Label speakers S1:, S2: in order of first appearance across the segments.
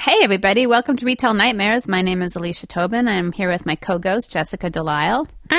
S1: Hey, everybody. Welcome to Retail Nightmares. My name is Alicia Tobin. I'm here with my co ghost, Jessica Delisle.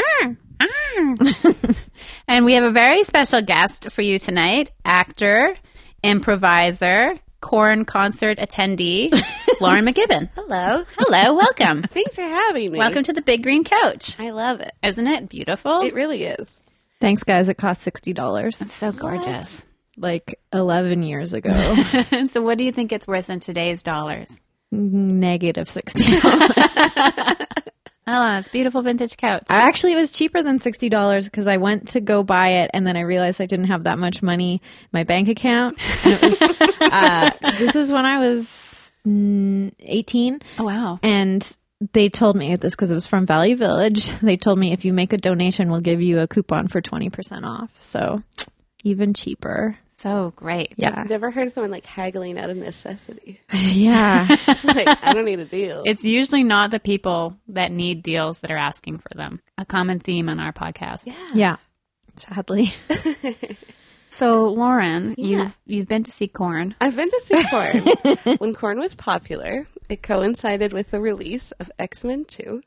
S1: and we have a very special guest for you tonight actor, improviser, corn concert attendee, Lauren McGibbon.
S2: Hello.
S1: Hello. Welcome.
S2: Thanks for having me.
S1: welcome to the Big Green Couch.
S2: I love it.
S1: Isn't it beautiful?
S2: It really is.
S3: Thanks, guys. It cost sixty dollars,
S1: so gorgeous.
S3: like eleven years ago.
S1: so, what do you think it's worth in today's dollars?
S3: Negative sixty. dollars
S1: Oh, it's a beautiful vintage couch.
S3: Actually, it was cheaper than sixty dollars because I went to go buy it, and then I realized I didn't have that much money in my bank account. And it was, uh, this is when I was mm, eighteen,
S1: oh, wow.
S3: and they told me this because it was from Valley Village. They told me if you make a donation, we'll give you a coupon for twenty percent off. So even cheaper.
S1: So great.
S3: Yeah,
S2: Never heard someone like haggling out of necessity.
S3: yeah.
S2: like, I don't need a deal.
S1: It's usually not the people that need deals that are asking for them. A common theme on our podcast.
S3: Yeah. Sadly.
S1: So, Lauren,
S2: Yeah.
S1: you've you've been to see Corn.
S2: I've been to see corn. when corn was popular, it coincided with the release of X Men 2.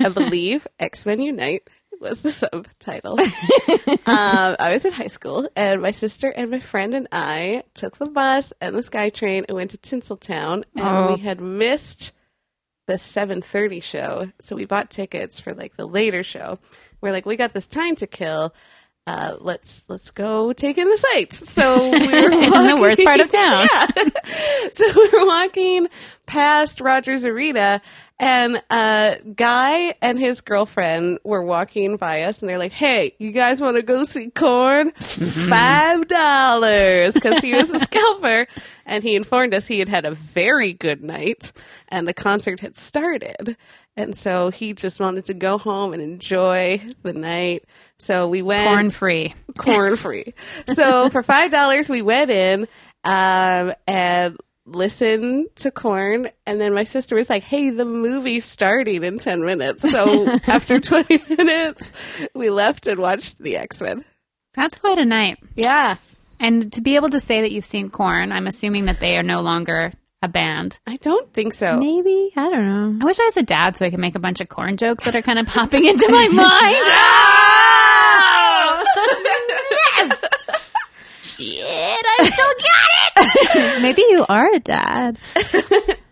S2: I believe X Men Unite was the subtitle. um, I was in high school, and my sister and my friend and I took the bus and the SkyTrain and went to Tinseltown, and
S1: Oh.
S2: we had missed the 7.30 show so we bought tickets for like the later show we're like we got this time to kill uh, let's let's go take in the sights so we're
S1: In the worst part of town.
S2: so we were walking past Rogers Arena, and a guy and his girlfriend were walking by us, and they're like, "Hey, you guys want to go see Corn? Five dollars!" Because he was a scalper, and he informed us he had had a very good night, and the concert had started. And so he just wanted to go home and enjoy the night. So we went
S1: Corn free.
S2: corn free. So for five dollars, we went in um, and listened to corn. And then my sister was like, "Hey, the movie's starting in ten minutes." So after twenty minutes, we left and watched the X Men.
S1: That's quite a night.
S2: Yeah,
S1: And to be able to say that you've seen Corn, I'm assuming that they are no longer a band.
S2: I don't think so.
S3: Maybe. I don't know.
S1: I wish I was a dad so I could make a bunch of corn jokes that are kind of popping into my mind. yes. Shit, I still got it.
S3: Maybe you are a dad.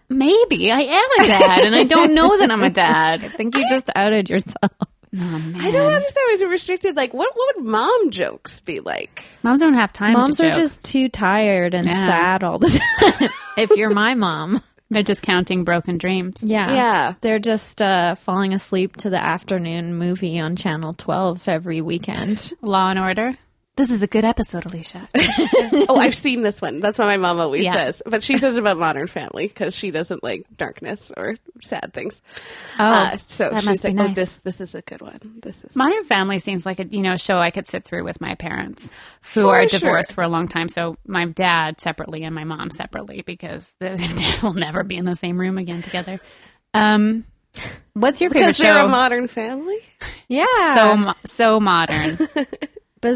S1: Maybe I am a dad and I don't know that I'm a dad.
S3: I think you just outed yourself.
S2: I don't understand why it's restricted. Like, what what would mom jokes be like?
S1: Moms don't have time.
S3: Moms
S1: to
S3: are
S1: joke.
S3: just too tired and
S1: Yeah.
S3: sad all the time. if you're my mom.
S1: they're just counting broken dreams.
S3: Yeah.
S2: Yeah.
S3: They're just uh, falling asleep to the afternoon movie on Channel 12 every weekend.
S1: Law and order. This is a good episode, Alicia.
S2: oh, I've seen this one. That's what my mom always
S1: Yeah.
S2: says. But she says about Modern Family because she doesn't like darkness or sad things.
S1: Oh,
S2: Uh, so
S1: that
S2: she's
S1: must be
S2: like,
S1: nice.
S2: "Oh, this this is a good one. This is
S1: Modern Family seems like a you know show I could sit through with my parents, who
S2: For
S1: are
S2: sure.
S1: divorced for a long time. So my dad separately and my mom separately because they will never be in the same room again together. Um, what's your favorite
S2: because they're
S1: show?
S2: a Modern Family."
S3: Yeah.
S1: so mo- so modern.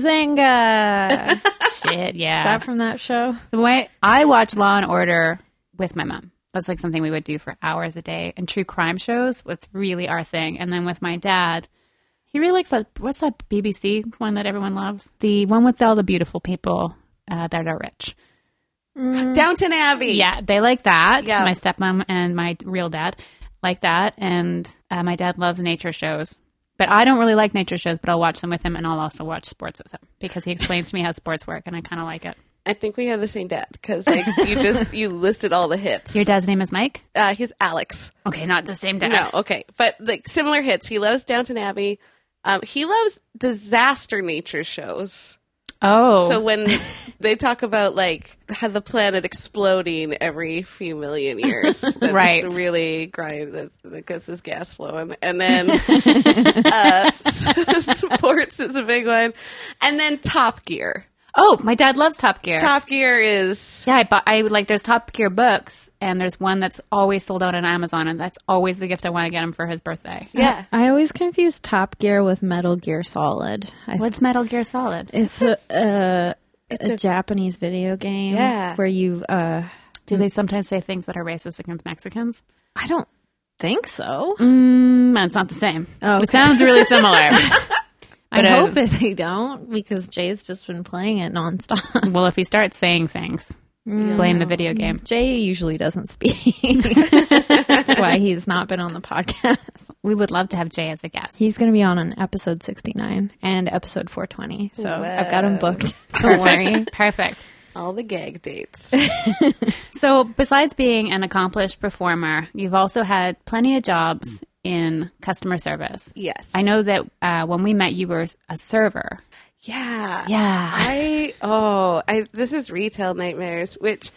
S3: Bazinga. Is
S1: Shit, yeah.
S3: that from that show?
S1: The way I watch Law and Order with my mom. That's like something we would do for hours a day. And true crime shows, what's really our thing. And then with my dad, he really likes that. What's that BBC one that everyone loves? The one with all the beautiful people uh, that are rich.
S2: Downton Abbey.
S1: Mm. Yeah, they like that.
S2: Yeah.
S1: My stepmom and my real dad like that. And uh, my dad loves nature shows. But I don't really like nature shows, but I'll watch them with him and I'll also watch sports with him because he explains to me how sports work and I kind of like it.
S2: I think we have the same dad because like you just you listed all the hits.
S1: Your dad's name is Mike?
S2: Uh, he's Alex.
S1: Okay, not the same dad.
S2: No, okay, but like similar hits. He loves Downton Abbey. Um, he loves disaster nature shows.
S1: Oh,
S2: So when they talk about like how the planet exploding every few million years, that's
S1: Right.
S2: Really grind that's- that gets his gas flowing, and then uh, sports is a big one, and then Top Gear.
S1: Oh, my dad loves Top Gear.
S2: Top Gear is
S1: yeah, I bought. I like. There's Top Gear books, and there's one that's always sold out on Amazon, and that's always the gift I want to get him for his birthday.
S2: yeah.
S3: I always confuse Top Gear with Metal Gear Solid. I
S1: What's Metal Gear Solid?
S3: It's a, a, a Japanese video game
S2: Yeah.
S3: where you. Uh,
S1: Do they sometimes say things that are racist against Mexicans?
S3: I don't think so.
S1: Mm, it's not the same. Oh, It sounds really similar.
S3: I
S1: but, uh,
S3: hope if they don't because Jay's just been playing it nonstop.
S1: well, if he starts saying things, blame the video game.
S3: Jay usually doesn't speak. That's why he's not been on the podcast.
S1: We would love to have Jay as a guest.
S3: He's going to be on on episode 69 and episode 420. So I've got him booked. Don't worry.
S1: Perfect. Perfect.
S2: all the gag dates.
S1: So, besides being an accomplished performer, you've also had plenty of jobs in customer service.
S2: Yes.
S1: I know that uh, when we met, you were a server.
S2: Yeah.
S1: Yeah.
S2: I oh, I this is retail nightmares, which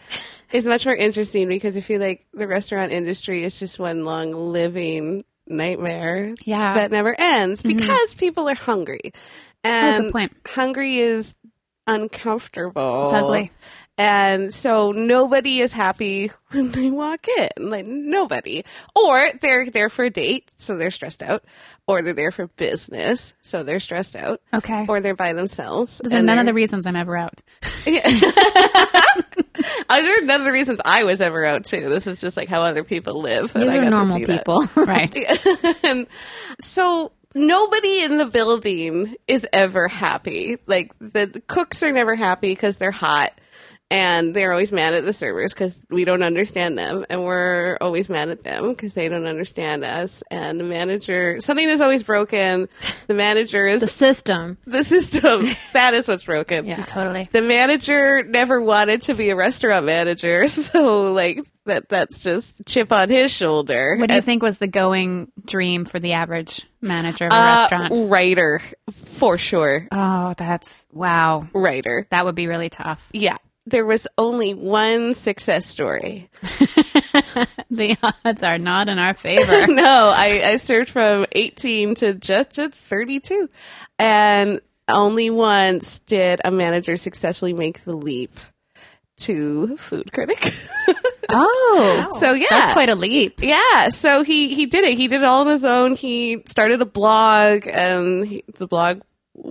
S2: is much more interesting because I feel like the restaurant industry is just one long living nightmare.
S1: Yeah. Mm-hmm. Oh,
S2: That never ends because people are hungry. And
S1: point.
S2: hungry is uncomfortable.
S1: It's ugly.
S2: And so nobody is happy when they walk in. Like nobody. Or they're there for a date, so they're stressed out. Or they're there for business, so they're stressed out
S1: Okay.
S2: or they're by themselves.
S1: Those are
S2: and
S1: none of
S2: they're-
S1: the reasons I'm ever out.
S2: Uh, they're none of the reasons I was ever out too. This is just like how other people live. and
S3: These
S2: I
S3: are
S2: got to
S3: normal
S2: see that.
S3: people.
S1: Right.
S2: and so nobody in the building is ever happy. Like the cooks are never happy because they're hot. And they're always mad at the servers because we don't understand them, and we're always mad at them because they don't understand us. And the manager, something is always broken. The manager is
S3: the system.
S2: the system. That is what's broken.
S3: Yeah.
S1: Totally.
S2: the manager never wanted to be a restaurant manager, so like that that's just chip on his shoulder.
S1: What do you
S2: And,
S1: think was the going dream for the average manager of a
S2: uh,
S1: restaurant?
S2: Writer, for sure.
S1: Oh, that's wow.
S2: Writer.
S1: That would be really tough.
S2: Yeah. There was only one success story.
S1: The odds are not in our favor.
S2: no, I, I served from 18 to just, just 32. And only once did a manager successfully make the leap to food critic.
S1: oh,
S2: so, yeah.
S1: that's quite a leap.
S2: Yeah, so he he did it. He did it all on his own. He started a blog, and he, the blog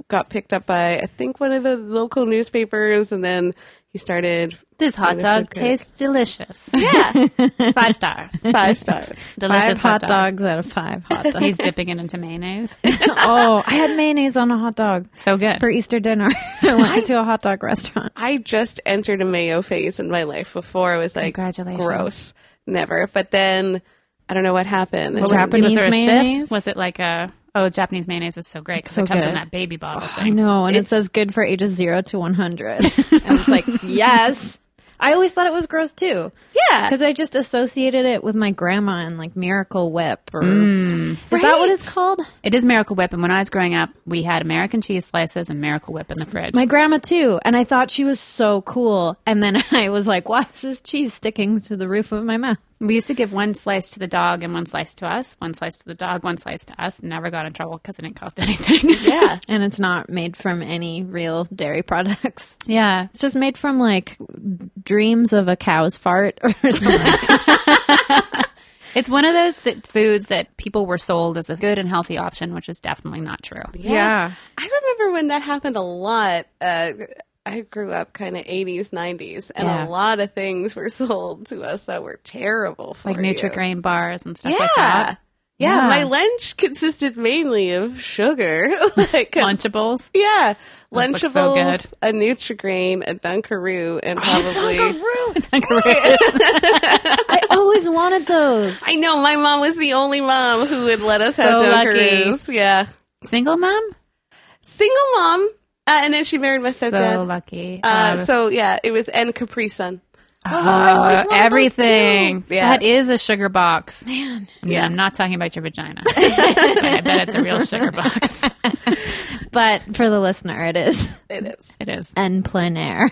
S2: got picked up by I think one of the local newspapers, and then he started
S1: This hot dog
S2: critic.
S1: tastes delicious. Yeah, five stars.
S2: five stars.
S1: Delicious
S3: five hot dogs out of five hot dogs.
S1: He's dipping it into mayonnaise.
S3: oh, I had mayonnaise on a hot dog
S1: So good.
S3: for Easter dinner. I went to a hot dog restaurant.
S2: I just entered a mayo phase in my life. Before I was like,
S1: Congratulations.
S2: gross, never. But then I don't know what happened. It
S1: Was,
S2: just-
S1: it, was
S3: Japanese
S1: there a
S3: mayonnaise?
S1: shift? Was it like a oh Japanese mayonnaise is so great because
S3: so
S1: it comes
S3: good.
S1: in that baby bottle
S3: I
S1: thing.
S3: know, and it
S2: It's-
S3: says good for ages zero to one hundred. and it's like, yes. I always thought it was gross too.
S2: yeah,
S3: Because I just associated it with my grandma and like Miracle Whip, or is that what
S2: Right.
S3: it's called?
S1: It is Miracle Whip, and when I was growing up, we had American cheese slices and Miracle Whip in the fridge.
S3: My grandma too, and I thought she was so cool. And then I was like, "Why is this cheese sticking to the roof of my mouth?"
S1: we used to give one slice to the dog and one slice to us, one slice to the dog, one slice to us. and Never got in trouble because it didn't cost anything.
S2: yeah.
S3: And it's not made from any real dairy products.
S1: yeah.
S3: It's just made from like dreams of a cow's fart or something.
S1: It's one of those that foods that people were sold as a good and healthy option, which is definitely not true.
S3: Yeah.
S2: I remember when that happened a lot. Uh, I grew up kind of 80s, 90s, and
S1: Yeah.
S2: a lot of things were sold to us that were terrible for
S1: Like
S2: you.
S1: Nutri-Grain bars and stuff
S2: Yeah.
S1: like that.
S2: yeah.
S1: Yeah.
S2: my lunch consisted mainly of sugar. like 'cause-
S1: Lunchables.
S2: Yeah,
S1: looks so Oh,
S2: Lunchables, a Nutri-Grain, a Dunkaroo, and probably.
S3: I always wanted those.
S2: I know my mom was the only mom who would let us have
S1: So lucky.
S2: Dunkaroos. Yeah,
S1: Single mom?
S2: single mom, uh, and then she married my
S1: So
S2: stepdad.
S1: lucky.
S2: uh, so yeah, it was and Capri Sun.
S1: Uh, everything.
S2: too. Yeah.
S1: That is a sugar box. Man. yeah. I'm not talking about your vagina. But I bet it's a real sugar box.
S3: But for the listener, it is
S2: It is.
S1: It is.
S3: en plein air.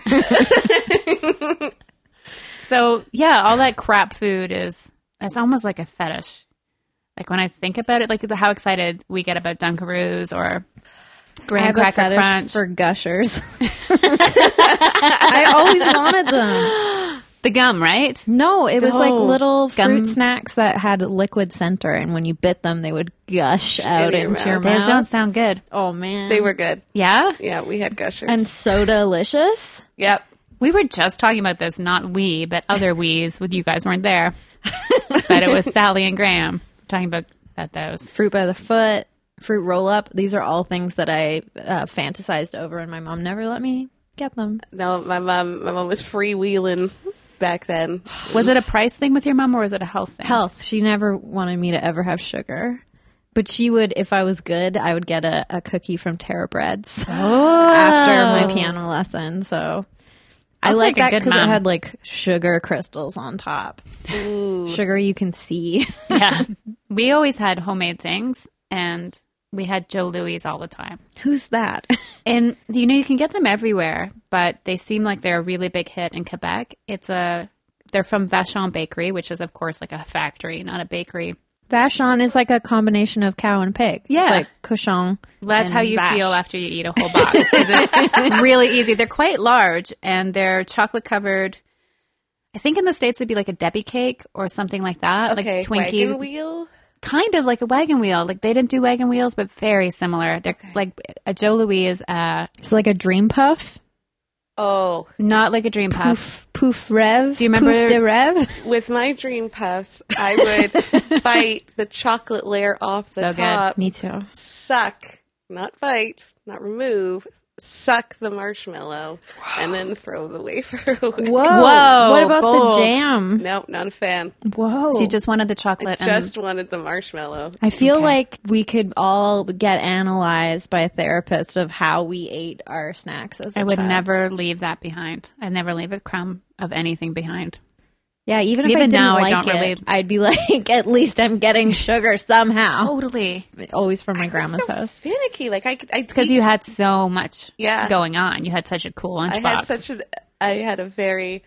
S1: So, yeah, all that crap food is, it's almost like a fetish. Like when I think about it, like the- how excited we get about Dunkaroos or
S3: I
S1: Graham
S3: have a
S1: cracker
S3: fetish
S1: crunch.
S3: for gushers. I always wanted them.
S1: the gum, right?
S3: No, it was like
S2: No.
S3: little fruit
S1: Gum.
S3: snacks that had liquid center, and when you bit them, they would gush out
S2: your
S3: into your
S2: mouth.
S1: Those
S3: mouth.
S1: don't sound good.
S3: oh man,
S2: They were good.
S1: Yeah?
S2: Yeah, we had gushers.
S3: and so delicious.
S2: yep.
S1: We were just talking about this, not we, but other we's. With you guys weren't there, but it was Sally and Graham talking about about those.
S3: fruit by the foot, fruit roll up. These are all things that I uh, fantasized over, and my mom never let me get them.
S2: No, my mom. My mom was freewheeling back then.
S1: Was it a price thing with your mom, or was it a health thing?
S3: Health. She never wanted me to ever have sugar. But she would, if I was good, I would get a, a cookie from Terra Breads after my piano lesson. So I
S1: Sounds like
S3: like
S1: a
S3: that
S1: good
S3: because it
S1: mom.
S3: had like sugar crystals on top. Sugar you can see.
S1: yeah. We always had homemade things, and we had Joe Louis all the time.
S3: Who's that?
S1: And you know, you can get them everywhere, but they seem like they're a really big hit in Quebec. It's a they're from Vachon Bakery, which is of course like a factory, not a bakery.
S3: Vachon is like a combination of cow and pig.
S1: Yeah.
S3: It's like cochon.
S1: That's
S3: and
S1: how you
S3: vache.
S1: feel after you eat a whole box. 'cause it's really easy. They're quite large and they're chocolate covered. I think in the States it'd be like a Debbie cake or something like that.
S2: Okay,
S1: like Twinkies.
S2: wagon wheel.
S1: kind of like a wagon wheel. Like they didn't do wagon wheels, but very similar. They're like a Joe Louis is uh,
S3: It's like a dream puff.
S2: Oh,
S1: not like a dream puff.
S3: poof poof rev.
S1: Do you remember-
S3: poof de rev?
S2: with my dream puffs, I would bite the chocolate layer off the
S1: So good.
S2: top,
S3: Me too.
S2: suck, not bite, not remove, suck the marshmallow, and then throw the wafer away.
S3: Whoa!
S1: Whoa,
S3: what about
S1: bold.
S3: the jam?
S2: Nope, not a fan.
S3: Whoa!
S1: So you just wanted the chocolate.
S2: Just wanted the marshmallow.
S3: I feel like we could all get analyzed by a therapist of how we ate our snacks as a
S1: and I would
S3: child.
S1: never leave that behind. I never leave a crumb of anything behind.
S3: Yeah, even if I
S1: Even
S3: didn't
S1: now, I
S3: like
S1: don't
S3: it,
S1: relate.
S3: I'd be like, at least I'm getting sugar somehow.
S1: Totally.
S3: Always from my grandma's house.
S2: Finicky, like I, could- I
S1: Because you had so much
S2: Yeah.
S1: going on. You had such a cool lunchbox.
S2: I had such an I had a very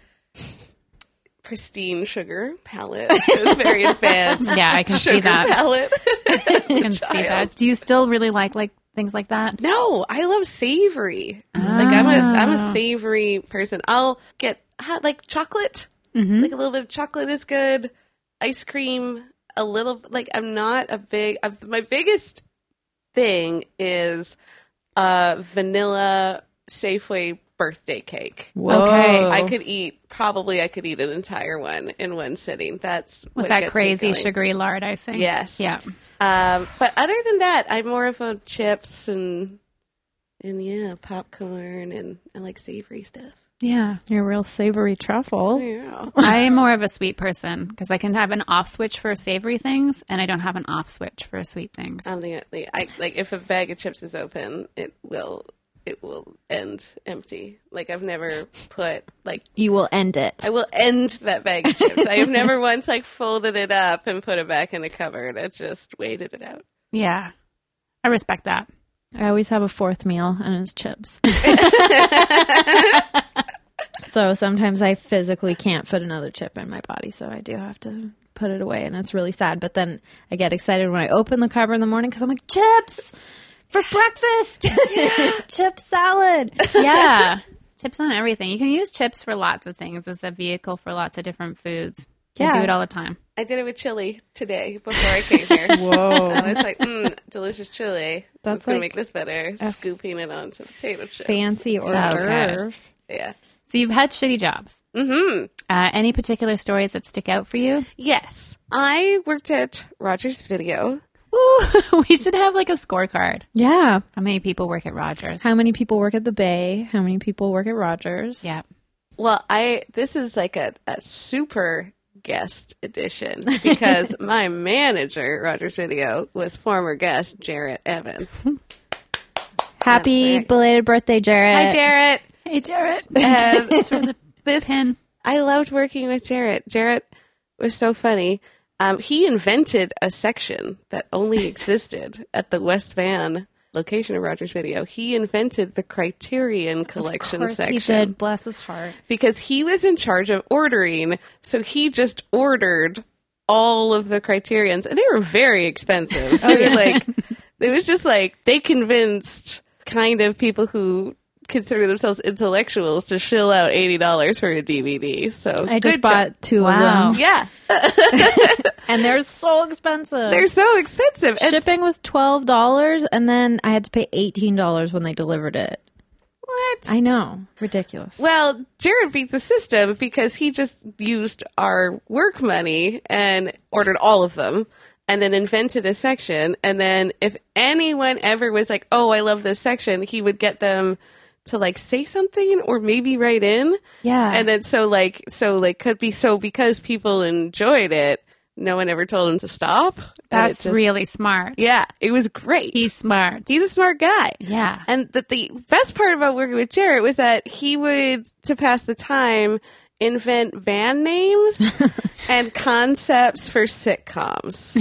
S2: pristine sugar palette. It was very advanced.
S1: Yeah, I can
S2: sugar
S1: see that.
S2: palette.
S1: I can see that. Do you still really like like things like that?
S2: No, I love savory. Like I'm a I'm
S1: Ah.
S2: a savory person. I'll get hot, like chocolate.
S1: Mm-hmm.
S2: Like a little bit of chocolate is good. Ice cream, a little like I'm not a big. i my biggest thing is uh, vanilla Safeway birthday cake.
S1: Okay.
S2: I could eat probably I could eat an entire one in one sitting. That's
S1: With
S2: what
S1: that
S2: gets me
S1: crazy
S2: going.
S1: sugary lard icing.
S2: Yes.
S1: Yeah.
S2: Um, but other than that, I'm more of a chips and and yeah, popcorn and I like savory stuff.
S1: Yeah.
S3: You're a real savory truffle.
S2: Yeah.
S1: I am more of a sweet person because I can have an off switch for savory things and I don't have an off switch for sweet things.
S2: I'm the I like if a bag of chips is open, it will it will end empty. Like I've never put like
S3: You will end it.
S2: I will end that bag of chips. I have never once like folded it up and put it back in a cupboard. I just waited it out.
S1: yeah. I respect that.
S3: I always have a fourth meal and it's chips. so sometimes I physically can't fit another chip in my body, so I do have to put it away and it's really sad, but then I get excited when I open the cupboard in the morning cuz I'm like chips for breakfast. Chip salad.
S1: Yeah. chips on everything. You can use chips for lots of things as a vehicle for lots of different foods. You
S3: Yeah.
S1: do it all the time.
S2: I did it with chili today before I came here. Whoa! And I was like, mm, delicious chili. That's
S3: That's
S2: gonna
S3: like
S2: make this better. Scooping it onto potato chips.
S3: Fancy hors
S1: So good.
S3: d'oeuvre.
S2: Yeah.
S1: So you've had shitty jobs. Mm-hmm. Uh, any particular stories that stick out for you?
S2: Yes, I worked at Rogers Video.
S1: Ooh, we should have like a scorecard.
S3: Yeah.
S1: How many people work at Rogers?
S3: How many people work at the Bay? How many people work at Rogers?
S1: yeah.
S2: Well, I this is like a, a super guest edition because my manager at Rogers Video was former guest Jarrett Evan.
S3: Happy
S2: right.
S3: belated birthday, Jared.
S2: Hi, Jarrett.
S1: Hey, Jarrett.
S2: Um, And this
S1: Pin.
S2: I loved working with Jarrett. Jarrett was so funny. Um, he invented a section that only existed at the West Van location of Rogers Video. He invented the Criterion Collection
S3: Of course
S2: section
S3: he did. Bless his heart.
S2: because he was in charge of ordering. So he just ordered all of the
S3: Oh,
S2: criterions, and they were very expensive. They were like, it was just like they convinced kind of people who consider themselves intellectuals to shill out eighty dollars for a DVD. So
S3: I just
S2: good
S3: bought two
S1: Wow.
S3: of them,
S2: Yeah,
S3: and they're so expensive.
S2: they're so expensive. And
S3: shipping was twelve dollars, and then I had to pay eighteen dollars when they delivered it.
S2: What?
S3: I know, ridiculous.
S2: Well, Jared beat the system because he just used our work money and ordered all of them and then invented a section. And then if anyone ever was like, oh, I love this section, he would get them to like say something or maybe write in.
S1: Yeah.
S2: And then so, like, so, like, could be so because people enjoyed it, no one ever told him to stop. And it
S1: That's
S2: just-
S1: really smart.
S2: Yeah, it was great.
S1: He's smart.
S2: He's a smart guy.
S1: Yeah.
S2: And that the best part about working with Jarrett was that he would, to pass the time, invent band names and concepts for sitcoms.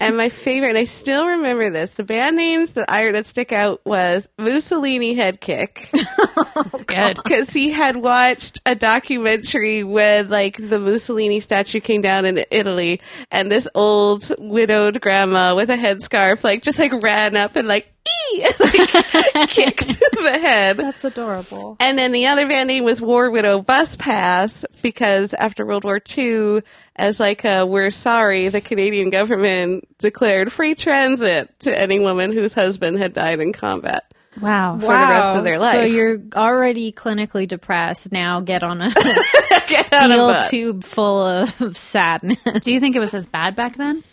S2: and my favorite, and I still remember this, the band names that I that stick out was Mussolini Head Kick
S1: That's good.
S2: because he had watched a documentary when like the Mussolini statue came down in Italy, and this old widowed grandma with a headscarf like just like ran up and like, "Ee!" like kicked the head.
S3: That's adorable.
S2: And then the other band name was War Widow Bus Pass because after World War II, as like a we're sorry, the Canadian government declared free transit to any woman whose husband had died in combat.
S1: Wow.
S2: For the rest of their
S3: So
S2: life.
S3: you're already clinically depressed. Now get on a
S2: Get out of
S3: steel
S2: bus.
S3: tube full of sadness.
S1: Do you think it was as bad back then?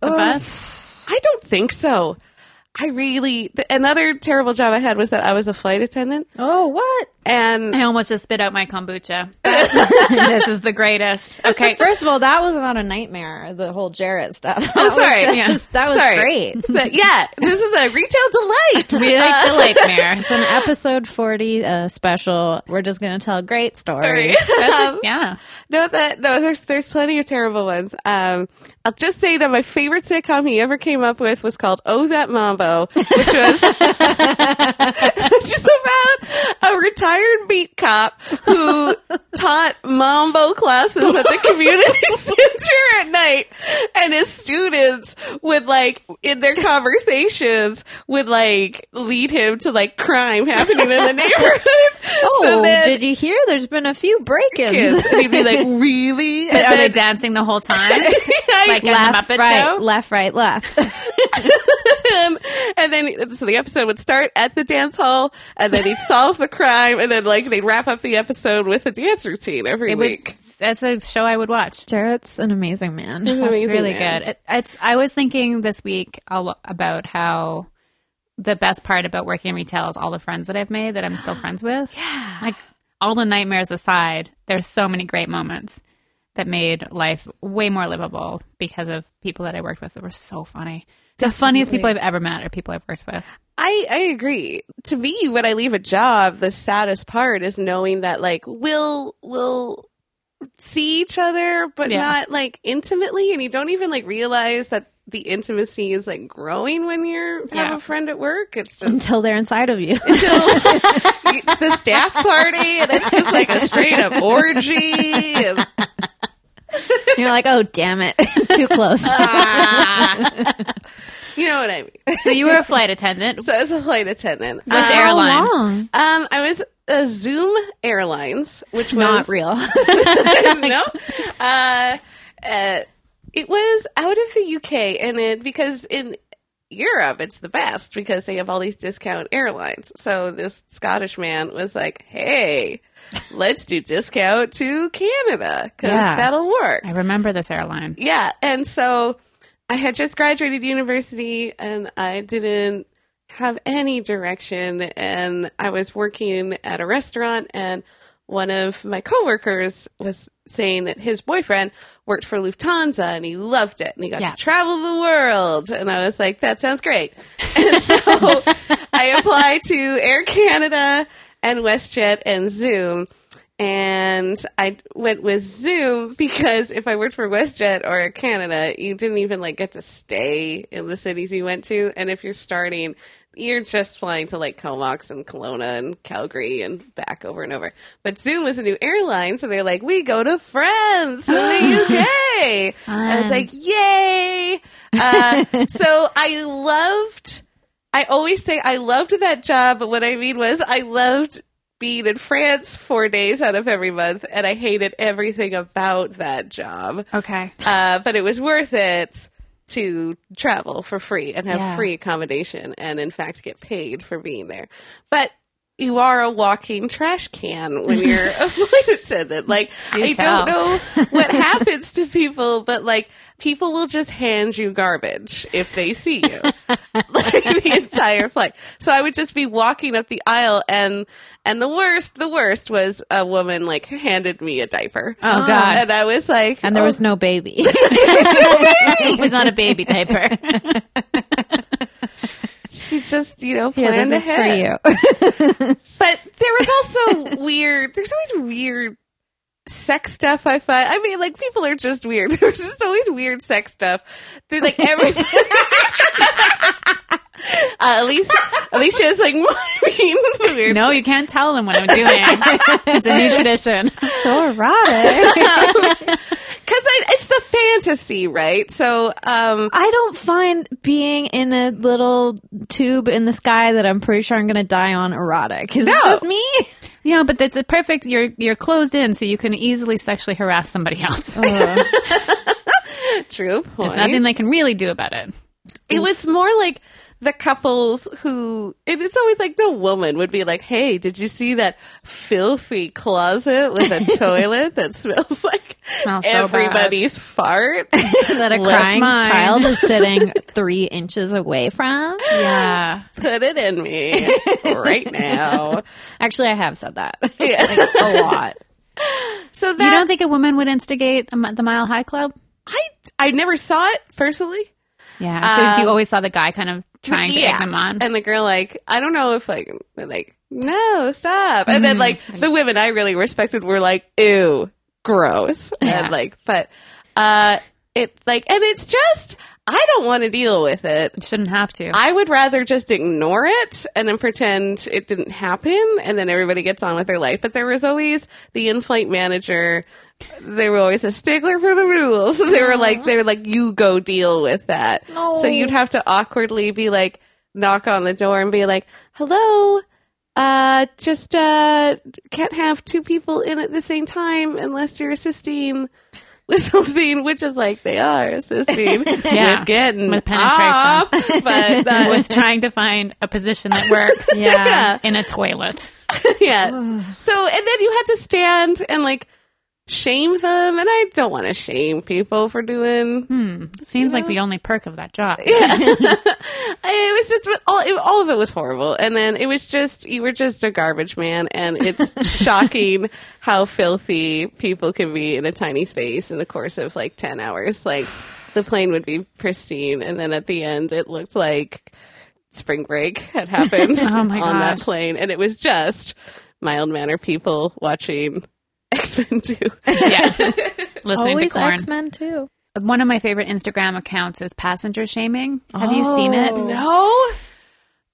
S1: The bus?
S2: I don't think so. I really th- another terrible job I had was that I was a flight attendant
S3: Oh, what?
S2: and
S1: I almost just spit out my kombucha. this is the greatest. Okay.
S3: First of all, that was not a nightmare. The whole Jarrett stuff. That was
S2: sorry.
S3: just-
S1: Yeah.
S3: that was
S2: Sorry.
S3: great.
S2: But yeah, this is a retail delight.
S1: We like the late mares.
S3: It's an episode forty uh, special. We're just gonna tell great stories.
S1: That's- Yeah.
S2: no, that no, there's there's plenty of terrible ones. Um, I'll just say that my favorite sitcom he ever came up with was called Oh That Mambo, which was which is about a retired beat cop who taught mambo classes at the community center at night, and his students would like in their conversations would like lead him to like crime happening in the neighborhood.
S3: Oh,
S2: So then-
S3: did you hear? There's been a few break-ins.
S2: kids. And he'd be like, really?
S1: But
S2: And
S1: are they
S2: then-
S1: dancing the whole time?
S2: I-
S1: Like in the
S3: left,
S1: Muppet
S3: right,
S1: Show?
S3: left, right, left.
S2: and then so the episode would start at the dance hall, and then he'd solve the crime, and then like they'd wrap up the episode with a dance routine every
S1: It would,
S2: week.
S1: that's a show I would watch.
S3: Jarrett's an amazing man.
S1: That's
S2: Amazing
S1: really
S2: man.
S1: good. It, it's. I was thinking this week al- about how the best part about working in retail is all the friends that I've made that I'm still friends with. Yeah. Like all the nightmares aside, there's so many great moments that made life way more livable because of people that I worked with that were so funny. The funniest people I've ever met are people I've worked with.
S2: I, I agree. To me, when I leave a job, the saddest part is knowing that like we'll we'll see each other, but
S1: Yeah.
S2: not like intimately, and you don't even like realize that the intimacy is like growing when you have
S1: Yeah.
S2: a friend at work. It's just
S3: Until they're inside of you.
S2: it's the staff party, and it's just like a straight up orgy. And,
S3: You're like, oh, damn it. Too close.
S2: you know what I mean?
S1: So you were a flight attendant. Which
S2: So as a flight attendant, um,
S1: airline?
S3: long?
S2: um, I was a Zoom Airlines, which was
S3: Not real.
S2: no. Uh, uh, it was out of the UK, and it because in Europe it's the best because they have all these discount airlines. So this Scottish man was like, "Hey, let's do discount to Canada because
S1: Yeah.
S2: that'll work."
S1: I remember this airline.
S2: Yeah. And so I had just graduated university and I didn't have any direction. And I was working at a restaurant and one of my coworkers was saying that his boyfriend worked for Lufthansa and he loved it and he got
S1: Yeah.
S2: to travel the world. And I was like, that sounds great. And so I applied to Air Canada and WestJet and Zoom. And I went with Zoom because if I worked for WestJet or Air Canada, you didn't even like get to stay in the cities you went to. And if you're starting, you're just flying to like Comox and Kelowna and Calgary and back over and over. But Zoom was a new airline, so they're like, we go to France in the UK. I was like, yay! Uh, so I loved. I always say I loved that job, but what I mean was I loved being in France four days out of every month, and I hated everything about that job.
S1: Okay.
S2: Uh, but it was worth it to travel for free and have
S1: Yeah.
S2: free accommodation and in fact get paid for being there but you are a walking trash can when you're a flight attendant like
S1: Do
S2: i
S1: tell.
S2: don't know what happens to people but like people will just hand you garbage if they see you like the entire flight so i would just be walking up the aisle and and the worst the worst was a woman like handed me a diaper
S1: Oh, God.
S2: and i was like
S3: And there was no baby.
S1: it was not a baby diaper.
S2: she just you know planned
S3: yeah, this is for
S2: ahead
S3: you.
S2: But there was also weird. There's always weird sex stuff. I find. I mean, like people are just weird. There's just always weird sex stuff. They're like every. uh, Alicia, Alicia is like being the weird.
S1: no, you can't tell them what I'm doing. it's a new tradition.
S3: so erotic.
S2: because it's the fantasy, right? So, um,
S3: I don't find being in a little tube in the sky that I'm pretty sure I'm going to die on erotic. Is
S2: No.
S3: it just me?
S1: Yeah, but it's a perfect. You're you're closed in, so you can easily sexually harass somebody
S2: Oh,
S1: else.
S2: true point.
S1: There's nothing they can really do about it.
S2: It was more like the couples who and it's always like no woman would be like, "Hey, did you see that filthy closet with a toilet that smells like
S1: Smells so bad."
S2: everybody's fart?"
S3: that a
S1: Less
S3: crying
S1: mine.
S3: child is sitting three inches away from?
S1: Yeah.
S2: Put it in me right now.
S3: Actually, I have said that
S2: Yeah.
S3: like, a lot.
S2: So
S1: You
S2: that
S1: don't think a woman would instigate a mi- the Mile High Club?
S2: I I never saw it personally.
S1: Yeah, because you always saw the guy kind of trying to
S2: Um, Yeah.
S1: egg them on.
S2: And the girl like, I don't know if like they're like, no, stop. And
S1: Mm-hmm.
S2: then like the women I really respected were like, ew, gross. And like, but uh it's like and it's just I don't want to deal with it.
S1: You shouldn't have to.
S2: I would rather just ignore it and then pretend it didn't happen and then everybody gets on with their life. But there was always the in flight manager they were always a stickler for the rules. They were like they were like, You go deal with that. So you'd have to awkwardly be like knock on the door and be like, Hello, uh just uh can't have two people in at the same time unless you're assisting with something, which is like they are assisting
S1: Yeah.
S2: with getting
S1: With
S2: off,
S1: penetration.
S2: but uh,
S1: was trying to find a position that works.
S2: Yeah.
S1: in a toilet.
S2: yeah. So, and then you had to stand and like shame them, and I don't want to shame people for doing.
S1: Seems like the only perk of that job.
S2: I- It was just all it, all of it was horrible, and then it was just you were just a garbage man, and it's shocking how filthy people can be in a tiny space in the course of like ten hours. Like the plane would be pristine, and then at the end, it looked like spring break had happened
S1: Oh my
S2: on that
S1: gosh.
S2: plane, and it was just mild manner people watching X Men Two.
S1: Yeah, listening
S3: Always
S1: to corn.
S3: X Men too.
S1: One of my favorite Instagram accounts is passenger shaming. Have you seen it?
S3: Oh.
S2: No,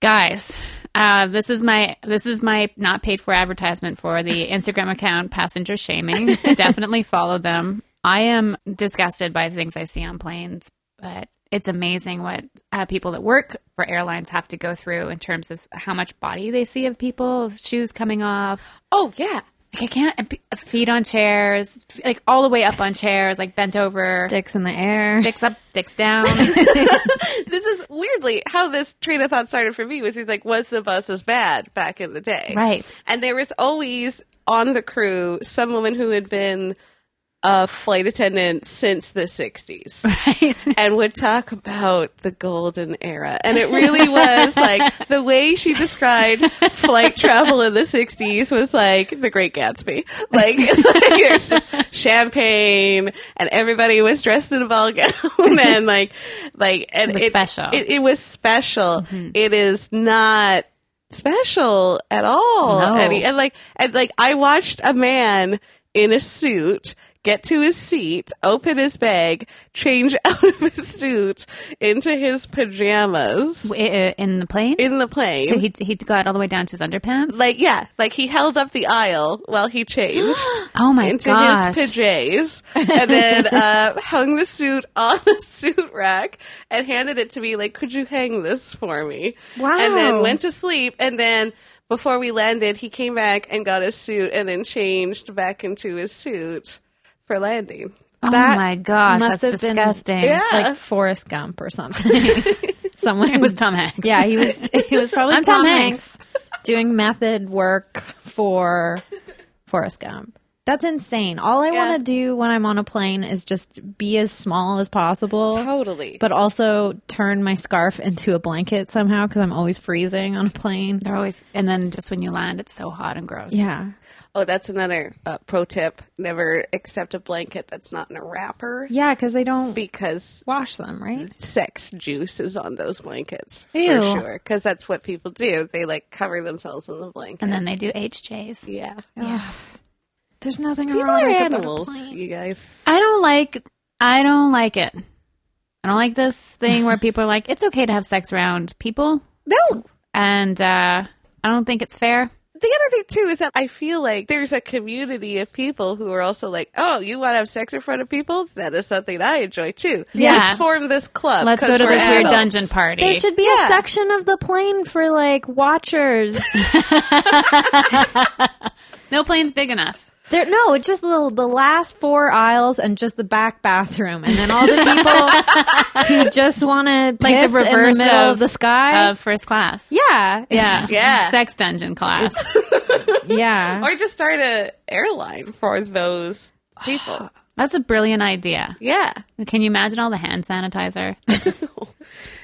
S1: guys uh, this is my this is my not paid for advertisement for the instagram account passenger shaming definitely follow them i am disgusted by things i see on planes but it's amazing what uh, people that work for airlines have to go through in terms of how much body they see of people shoes coming off
S2: oh yeah,
S1: like i can't uh, feet on chairs like all the way up on chairs like bent over
S3: Dicks in the air.
S1: dicks up dicks down
S2: this is weirdly how this train of thought started for me, which is like, was the bus as bad back in the day?
S1: Right.
S2: And there was always on the crew some woman who had been a flight attendant since the 60s
S1: right
S2: and would talk about the golden era. And it really was like the way she described flight travel in the 60s was like the Great Gatsby. Like, there's just champagne and everybody was dressed in a ball gown and like, like, and
S1: It was special. Mm-hmm.
S2: It, it was special. It is not special at all.
S1: No.
S2: Eddie. And like, and like, I watched a man in a suit get to his seat, open his bag, change out of his suit into his pajamas
S1: W- i- i- in the plane.
S2: in the plane.
S1: so he he got all the way down to his underpants.
S2: like yeah, like he held up the aisle while he changed
S1: oh my
S2: into
S1: gosh!
S2: his pajamas, and then uh, hung the suit on the suit rack and handed it to me. Like, could you hang this for me?
S3: Wow.
S2: And then went to sleep, and then. Before we landed, he came back and got his suit and then changed back into his suit for landing.
S1: oh
S3: That
S1: my gosh!
S3: must
S1: that's
S3: have been-
S1: disgusting.
S2: Yeah.
S3: like Forrest Gump or something. Someone
S1: It was Tom Hanks.
S3: Yeah, he was. He was probably
S1: I'm Tom
S3: Tom, Hanks. doing method work for Forrest Gump. That's insane. All I
S2: Yeah.
S3: want to do when I'm on a plane is just be as small as possible,
S2: Totally.
S3: but also turn my scarf into a blanket somehow because I'm always freezing on a plane.
S1: They're always, and then just when you land, it's so hot and gross.
S3: Yeah,
S2: Oh, that's another uh, pro tip. Never accept a blanket that's not in a wrapper
S3: yeah, because they don't
S2: because
S3: wash them, right?
S2: sex juice is on those blankets
S1: Ew.
S2: for sure. Because that's what people do. They like cover themselves in the blanket.
S1: And then they do HJs.
S2: yeah.
S3: There's nothing
S2: People
S3: wrong
S2: are
S3: with about a
S2: animals,
S3: plane.
S2: you guys.
S1: I don't like I don't like it. I don't like this thing where people are like, it's okay to have sex around people.
S2: No.
S1: And uh, I don't think it's fair.
S2: The other thing too is that I feel like there's a community of people who are also like, "Oh, you want to have sex in front of people? That is something I enjoy too."
S1: Yeah.
S2: let's form this club.
S1: Let's
S2: 'cause
S1: go to
S2: we're
S1: this weird
S2: adults.
S1: dungeon party.
S3: There should be
S2: Yeah.
S3: a section of the plane for like watchers.
S1: no plane's big enough.
S3: There, no, it's just the, the last four aisles and just the back bathroom, and then all the people who just want to piss
S1: Like the
S3: in
S1: reverse
S3: the middle of,
S1: of-
S3: the sky.
S1: Of uh, first class.
S3: yeah,
S1: Yeah.
S2: Yeah.
S1: Sex dungeon class.
S3: yeah.
S2: or just start a airline for those people.
S1: That's a brilliant idea.
S2: yeah,
S1: Can you imagine all the hand sanitizer?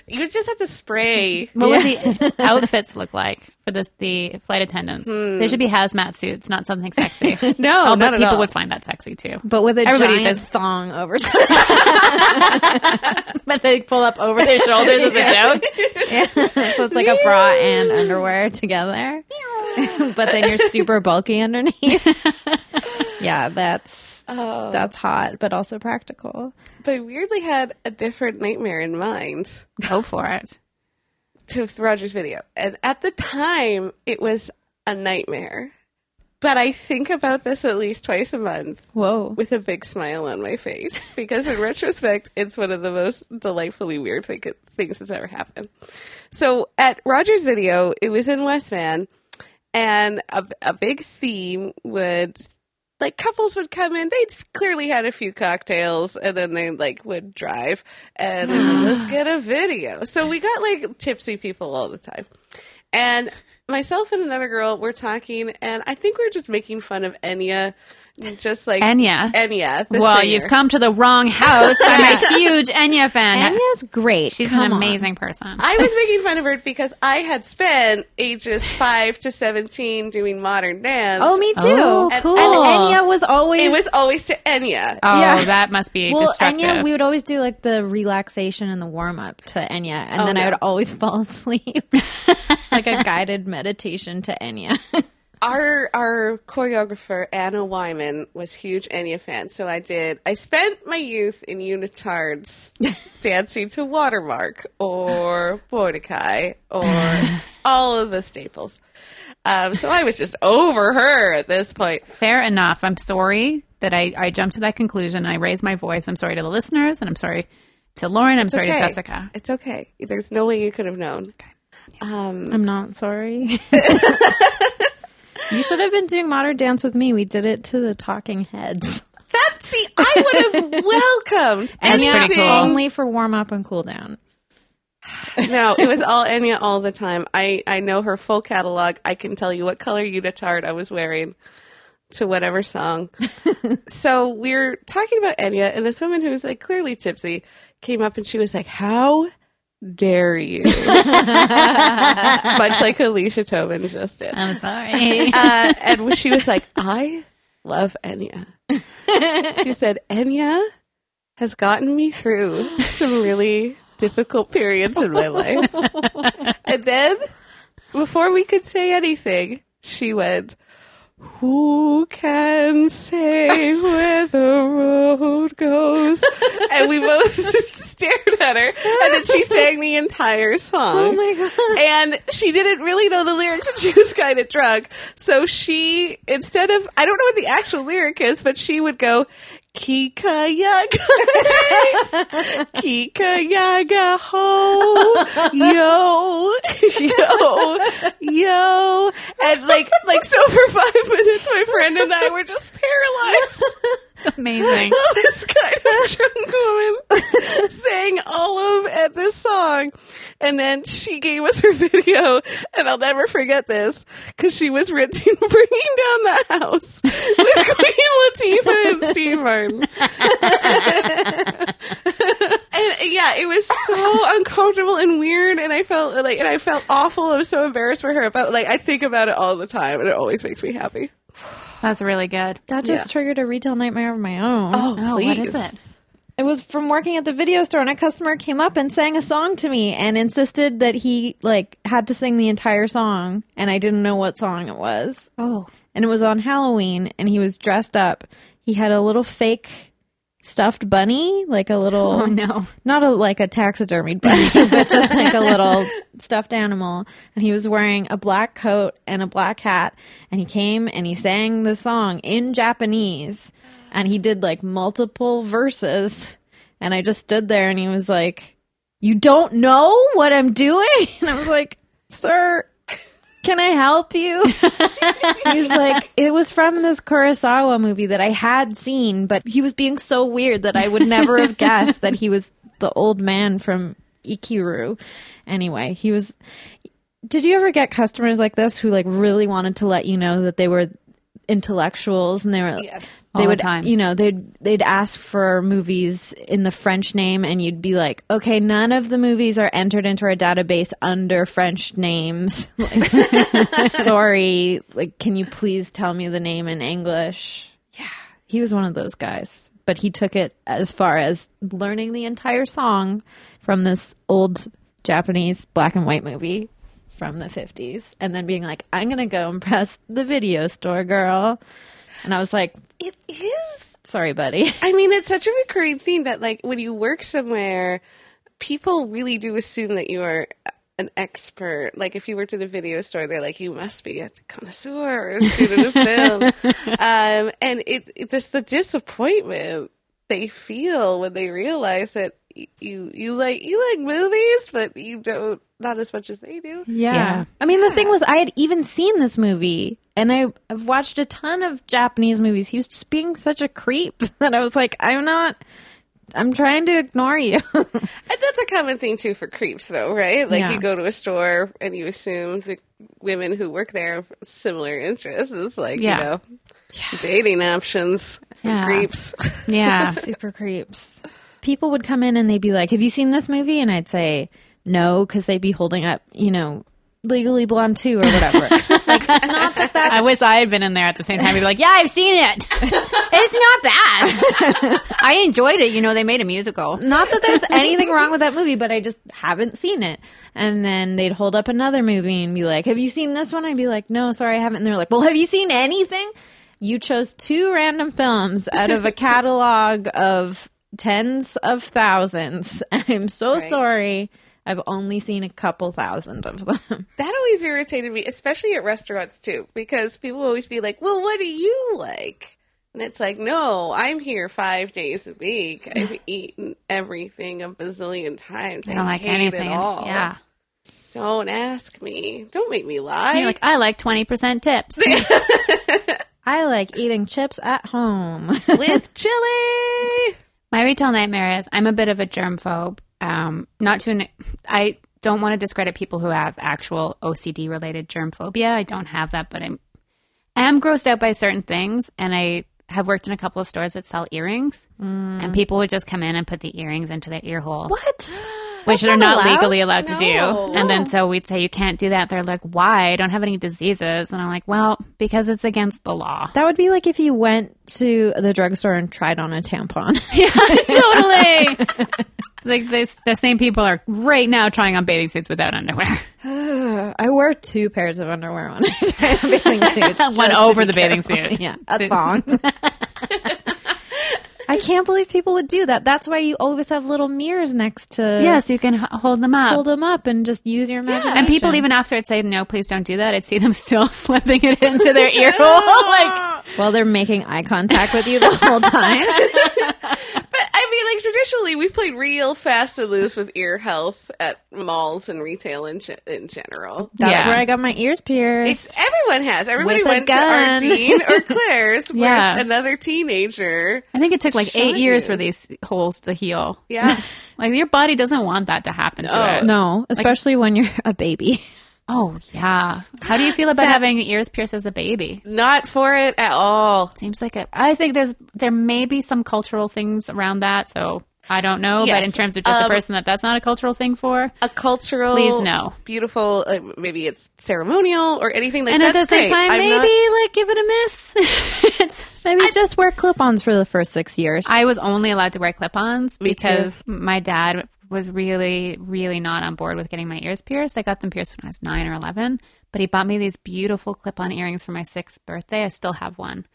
S2: you just have to spray.
S1: What would the outfits look like for this, the flight attendants? They should be hazmat suits, not something sexy.
S2: No,
S1: Although
S2: not at
S1: people
S2: all.
S1: would find that sexy too.
S3: but with a
S1: Everybody
S3: giant
S1: does-
S3: thong over.
S1: but they pull up over their shoulders as a joke.
S3: so it's like a bra and underwear together. but then you're super bulky underneath. yeah, that's that's hot, but also practical.
S2: But I weirdly had a different nightmare in mind
S1: Go for it.
S2: to Roger's video, and at the time it was a nightmare. But I think about this at least twice a month
S3: Whoa.
S2: with a big smile on my face because, in retrospect, it's one of the most delightfully weird thing- things that's ever happened. So, at Roger's video, it was in Westman, and a, a big theme would like couples would come in. They clearly had a few cocktails, and then they like would drive and let's get a video. So we got like tipsy people all the time, and myself and another girl were talking, and I think we are just making fun of Enya, just like
S1: Enya.
S2: Enya. the
S1: well,
S2: singer.
S1: you've come to the wrong house. I'm a huge Enya fan.
S3: Anya's great.
S1: She's
S3: Come
S1: an
S3: on.
S1: amazing person.
S2: I was making fun of her because I had spent ages five to seventeen doing modern dance.
S3: Oh, me too.
S1: Oh,
S3: and,
S1: cool.
S3: and Enya was always
S2: It was always to Enya.
S1: Oh,
S3: yeah.
S1: that must be
S3: well,
S1: destructive.
S3: Enya, we would always do like the relaxation and the warm up to Enya, and
S1: Oh,
S3: then I
S2: yeah.
S3: would always fall asleep. it's like a guided meditation to Enya.
S2: our our choreographer Anna Wyman was huge Enya fan, so I did. I spent my youth in unitards dancing to Watermark or Mordecai or all of the staples. Um, so I was just over her at this point.
S1: Fair enough. I'm sorry that I, I jumped to that conclusion. I raised my voice. I'm sorry to the listeners, and I'm sorry to Lauren. I'm sorry to
S2: okay.
S1: Jessica.
S2: It's okay. There's no way you could have known. Um,
S3: I'm not sorry. you should have been doing modern dance with me. We did it to the Talking Heads.
S2: that see, I would have welcomed
S1: pretty
S2: anything.
S1: cool.
S3: only for warm up and cool down.
S2: No, it was all Enya all the time. I, I know her full catalog. I can tell you what color unitard I was wearing to whatever song. so we're talking about Enya, and this woman who's like clearly tipsy came up and she was like, How dare you? Much like Alicia Tobin just did.
S1: I'm sorry.
S2: Uh, and she was like, I love Enya. She said, Enya has gotten me through some really difficult periods in my life. and then, before we could say anything, she went, who can say where the road goes? and we both stared at her, and then she sang the entire song.
S3: Oh my God.
S2: And she didn't really know the lyrics, and she was kind of drunk. So she, instead of, I don't know what the actual lyric is, but she would go, Kika yaga, Kika yaga ho, yo, yo, yo, and like, like so for five minutes, my friend and I were just paralyzed.
S1: It's amazing.
S2: this kind of drunk woman sang all of at this song, and then she gave us her video, and I'll never forget this because she was renting, bringing down the house with Queen Latifah and Steve Martin. And uh, yeah, it was so uncomfortable and weird, and I felt uh, like, and I felt awful. I was so embarrassed for her, but like I think about it all the time, and it always makes me happy.
S1: That's really good.
S3: That just
S2: Yeah.
S3: triggered a retail nightmare of my own.
S1: Oh, what is it?
S3: It was from working at the video store, and a customer came up and sang a song to me and insisted that he like had to sing the entire song, and I didn't know what song it was.
S1: Oh,
S3: And it was on Halloween, and he was dressed up. He had a little fake stuffed bunny, like a little
S1: oh no.
S3: not a like a taxidermied bunny, but just like a little stuffed animal. And he was wearing a black coat and a black hat. And he came and he sang the song in Japanese. And he did like multiple verses. And I just stood there and he was like, You don't know what I'm doing? And I was like, Sir, can I help you? He's like, it was from this Kurosawa movie that I had seen, but he was being so weird that I would never have guessed that he was the old man from Ikiru. Anyway, he was. Did you ever get customers like this who like really wanted to let you know that they were intellectuals and they were
S2: Yes.
S1: All
S3: they
S1: the
S3: would
S1: time.
S3: you know they'd they'd ask for movies in the French name and you'd be like okay none of the movies are entered into our database under French names sorry like can you please tell me the name in english yeah he was one of those guys but he took it as far as learning the entire song from this old japanese black and white movie from the 50s and then being like i'm gonna go impress the video store girl and i was like
S2: It is
S3: sorry buddy
S2: I mean, it's such a recurring theme that, like, when you work somewhere, people really do assume that you are an expert. Like, if you worked at a video store, they're like, you must be a connoisseur or a student of film. Um, and it, it just the disappointment they feel when they realize that y- you you like you like movies, but you don't not as much as they do.
S3: Yeah.
S1: Yeah.
S3: I mean, the thing was, I had even seen this movie and I, I've watched a ton of Japanese movies. He was just being such a creep that I was like, I'm not, I'm trying to ignore you.
S2: And that's a common thing too for creeps, though, right? Like
S3: Yeah.
S2: you go to a store and you assume the women who work there have similar interests. It's like
S1: Yeah.
S2: you know, dating options, for
S1: Yeah.
S2: creeps.
S1: Yeah.
S3: Super creeps. People would come in and they'd be like, Have you seen this movie? And I'd say, No, because they'd be holding up, you know, Legally Blonde 2 or whatever.
S1: I wish I had been in there at the same time. I'd be like, yeah, I've seen it. It's not bad. I enjoyed it. You know, they made a musical.
S3: Not that there's anything wrong with that movie, but I just haven't seen it. And then they'd hold up another movie and be like, Have you seen this one? I'd be like, No, sorry, I haven't. And they're like, Well, have you seen anything? You chose two random films out of a catalog of tens of thousands. I'm so sorry. I've only seen a couple thousand of them.
S2: that always irritated me, especially at restaurants too, because people always be like, "Well, what do you like?" And it's like, "No, I'm here five days a week. I've eaten everything a bazillion times. I
S1: I don't like
S2: hate
S1: anything.
S2: It all.
S1: Yeah.
S2: Don't ask me. Don't make me lie."
S1: You're like, I like 20% tips.
S3: I like eating chips at home.
S2: with chili.
S1: My retail nightmare is I'm a bit of a germphobe. Um, not to, an, I don't want to discredit people who have actual OCD related germ phobia. I don't have that, but I'm, I am grossed out by certain things. And I have worked in a couple of stores that sell earrings, and people would just come in and put the earrings into their ear holes,
S3: What?
S1: which they're
S3: not
S1: not
S3: allowed?
S1: legally allowed to do.
S2: No.
S1: And then so we'd say, You can't do that. They're like, Why? I don't have any diseases. And I'm like, Well, because it's against the law.
S3: That would be like if you went to the drugstore and tried on a tampon.
S1: totally. like this, the same people are right now trying on bathing suits without underwear.
S3: I wore two pairs of underwear on bathing
S1: One
S3: suits. just to
S1: over
S3: be
S1: the bathing
S3: careful.
S1: suit.
S3: Yeah, a
S1: Suit.
S3: thong. I can't believe people would do that. That's why you always have little mirrors next to
S1: Yes, you can h- hold them up.
S3: hold them up and just use your imagination.
S1: and people even after I'd say no, please don't do that, I'd see them still slipping it into their ear hole. Like
S3: while they're making eye contact with you the whole time.
S2: But I mean, like traditionally, we've played real fast and loose with ear health at malls and retail in, ge- in general.
S3: That's
S1: Yeah.
S3: where I got my ears pierced.
S2: It's, everyone has. Everybody
S3: With a
S2: went
S3: gun.
S2: to Ardeen or Claire's
S1: Yeah.
S2: with another teenager.
S1: I think it took like eight
S2: Sure
S1: years
S2: do.
S1: for these holes to heal.
S2: Yeah.
S1: Like your body doesn't want that to happen to
S2: No.
S1: it.
S3: no, especially when you're a baby.
S1: Oh yeah. How do you feel about having ears pierced as a baby?
S2: Not for it at all.
S1: Seems like it. I think there's there may be some cultural things around that, so I don't know.
S2: Yes.
S1: But in terms of just
S2: Um,
S1: a person that that's not a cultural thing for,
S2: A cultural,
S1: Please, no.
S2: beautiful. Uh, maybe it's ceremonial or anything like
S1: and
S2: that.
S1: at the same time, maybe like give it a miss. It's-
S3: Maybe just wear clip-ons for the first six years.
S1: I was only allowed to wear clip-ons
S2: Me
S1: because my dad was really, really not on board with getting my ears pierced. I got them pierced when I was nine or eleven, but he bought me these beautiful clip-on earrings for my sixth birthday. I still have one.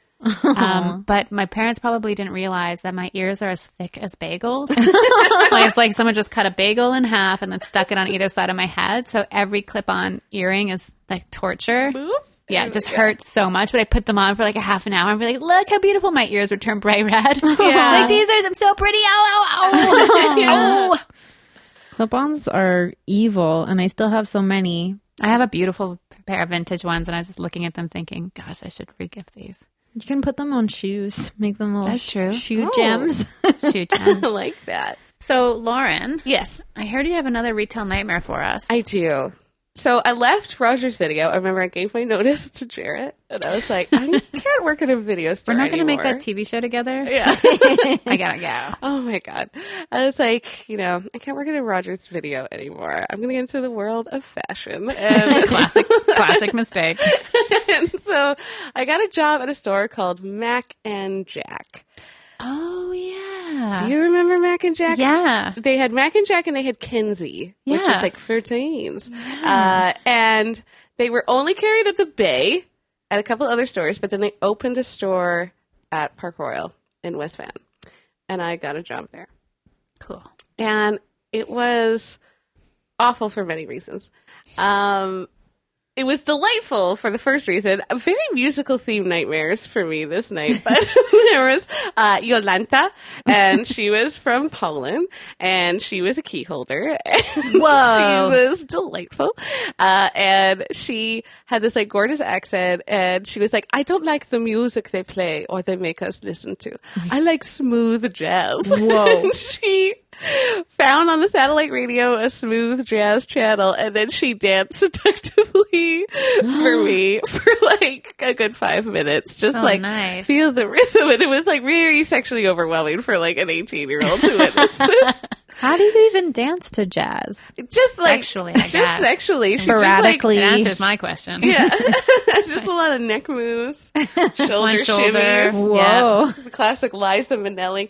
S1: Um, but my parents probably didn't realize that my ears are as thick as bagels. like it's like someone just cut a bagel in half and then stuck it on either side of my head. So every clip-on earring is like torture. Yeah, it just hurts so much. But I put them on for like a half an hour and be like, look how beautiful my ears would turn bright red. like these ears, I'm so pretty. Ow, ow, ow. Ow.
S3: Clip-ons are evil, and I still have so many.
S1: I have a beautiful pair of vintage ones and I was just looking at them thinking, gosh, I should regift these.
S3: You can put them on shoes, make them little
S1: That's
S3: sh-
S1: true.
S3: shoe
S2: Oh.
S3: gems.
S1: Shoot. Jen.
S2: I like that.
S1: so, Lauren,
S2: Yes,
S1: I heard you have another retail nightmare for us.
S2: I do. So I left Roger's video. I remember I gave my notice to Jarrett, and I was like, I can't work at a video store.
S1: We're not going to
S2: going
S1: make that TV show together.
S2: Yeah.
S1: I got to go.
S2: oh my god. I was like, you know, I can't work at a Roger's video anymore. I'm going to get into the world of fashion. And
S1: Classic, classic mistake.
S2: and so I got a job at a store called Mac and Jack.
S1: Oh, yeah.
S2: Do you remember Mac and Jack?
S1: yeah.
S2: They had Mac and Jack and they had Kinsey, which
S1: Yeah.
S2: is like for teens. Uh, and they were only carried at the Bay at a couple other stores, but then they opened a store at Park Royal in West Van. And I got a job there.
S1: Cool.
S2: And it was awful for many reasons. Um, it was delightful for the first reason. Very musical themed nightmares for me this night. But there was uh, Yolanta, and she was from Poland, and she was a key holder. and
S1: Whoa.
S2: She was delightful. Uh, and she had this like gorgeous accent, and she was like, I don't like the music they play or they make us listen to. I like smooth jazz.
S3: Whoa.
S2: And she found on the satellite radio a smooth jazz channel and then she danced seductively for me for like a good five minutes just
S1: Oh,
S2: like
S1: nice.
S2: feel the rhythm and it was like very sexually overwhelming for like an 18 year old to witness this
S3: How do you even dance to jazz?
S2: just like
S1: Sexually, I
S2: just
S1: guess.
S2: sexually She just, like-
S3: Sporadically.
S1: It answers my question.
S2: yeah just a lot of neck moves
S1: shoulder.
S2: shoulder, shimmies
S1: Whoa. Yeah.
S2: the classic Liza Minnelli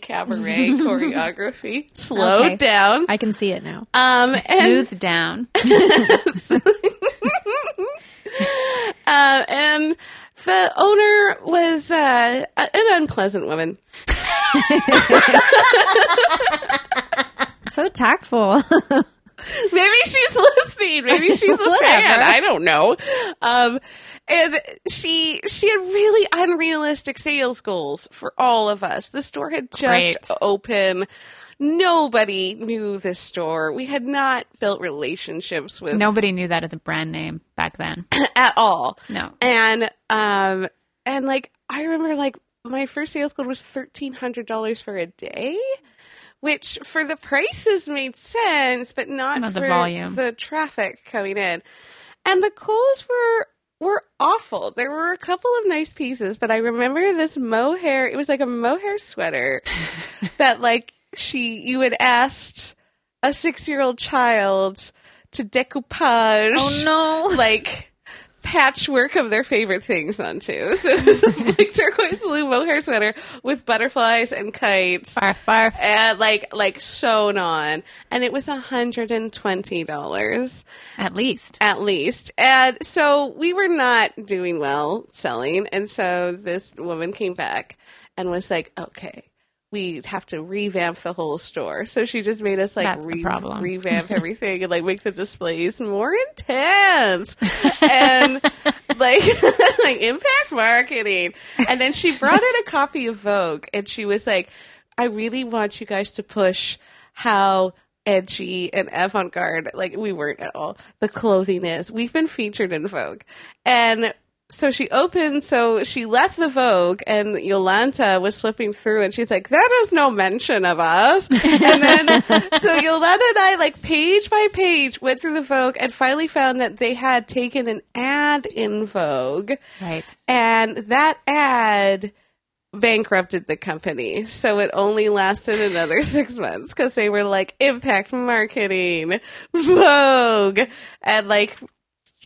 S2: cabaret choreography slowed
S3: Okay.
S2: down
S3: I can see it now.
S2: um and
S1: Smooth down.
S2: Uh, and the owner was uh, a- an unpleasant woman.
S3: So tactful.
S2: Maybe she's listening. Maybe she's a fan.
S3: Whatever.
S2: I don't know. Um, and she she had really unrealistic sales goals for all of us. The store had just
S1: Great.
S2: opened. Nobody knew this store. We had not built relationships with
S1: Nobody knew that as a brand name back then.
S2: at all.
S1: No.
S2: And um and like I remember like my first sales goal was thirteen hundred dollars for a day, which for the prices made sense, but not,
S1: Not
S2: for
S1: the volume.
S2: the traffic coming in. And the clothes were were awful. There were a couple of nice pieces, but I remember this mohair. It was like a mohair sweater that like she you had asked a six year old child to decoupage
S3: Oh, no.
S2: like patchwork of their favorite things onto. So it was like turquoise blue mohair sweater with butterflies and kites.
S1: Barf, barf.
S2: And like like sewn on, and it was hundred and twenty dollars
S1: At least.
S2: at least. And so we were not doing well selling. And so this woman came back and was like, okay, we have to revamp the whole store. So she just made us like
S1: That's the problem.
S2: revamp everything and like make the displays more intense and like like impact marketing. And then she brought in a copy of Vogue and she was like, I really want you guys to push how edgy and avant-garde like we weren't at all the clothing is we've been featured in vogue and so she opened so she left the vogue and yolanta was flipping through and she's like there was no mention of us and then so yolanta and i like page by page went through the vogue and finally found that they had taken an ad in vogue
S1: Right.
S2: and that ad bankrupted the company. So it only lasted another six months because they were like impact marketing, Vogue, and like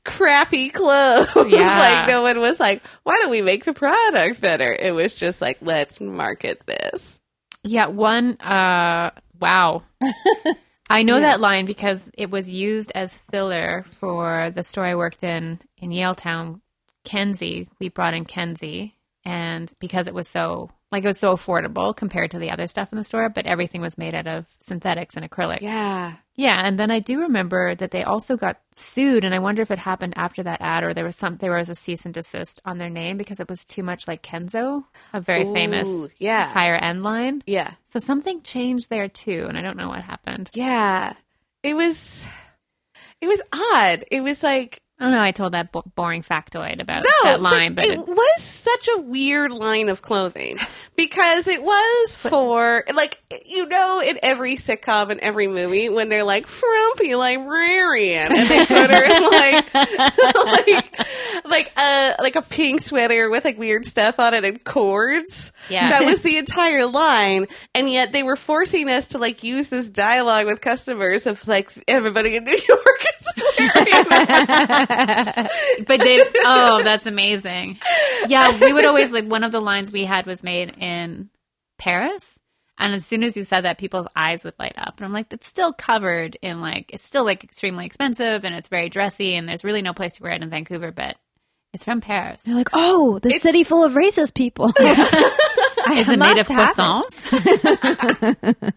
S2: crappy clothes.
S1: Yeah.
S2: like no one was like, why don't we make the product better? It was just like, let's market this.
S1: Yeah, one uh wow. I know that line because it was used as filler for the store I worked in in Yale Town, Kenzie. We brought in Kenzie and because it was so like it was so affordable compared to the other stuff in the store, but everything was made out of synthetics and acrylic.
S2: Yeah.
S1: Yeah, and then I do remember that they also got sued, and I wonder if it happened after that ad or there was some there was a cease and desist on their name because it was too much like Kenzo, a very famous
S2: Ooh, yeah.
S1: higher end line.
S2: Yeah.
S1: So something changed there too, and I don't know what happened.
S2: Yeah. It was, it was odd. It was like,
S1: I don't know. Oh, I told that bo- boring factoid about
S2: No,
S1: that line, but
S2: it,
S1: it,
S2: was such a weird line of clothing because it was for like you know in every sitcom and every movie when they're like frumpy librarian and they put her in like like like a like a pink sweater with like weird stuff on it and cords.
S1: Yeah.
S2: that was the entire line, and yet they were forcing us to like use this dialogue with customers of like everybody in New York is wearing that.
S1: but they oh, that's amazing. Yeah, we would always like one of the lines we had was made in Paris, and as soon as you said that, people's eyes would light up, and I'm like, it's still covered in like it's still like extremely expensive, and it's very dressy, and there's really no place to wear it in Vancouver, but it's from Paris.
S3: They're like, oh, the city full of racist people.
S1: Is it made of
S3: must have it.
S1: croissants?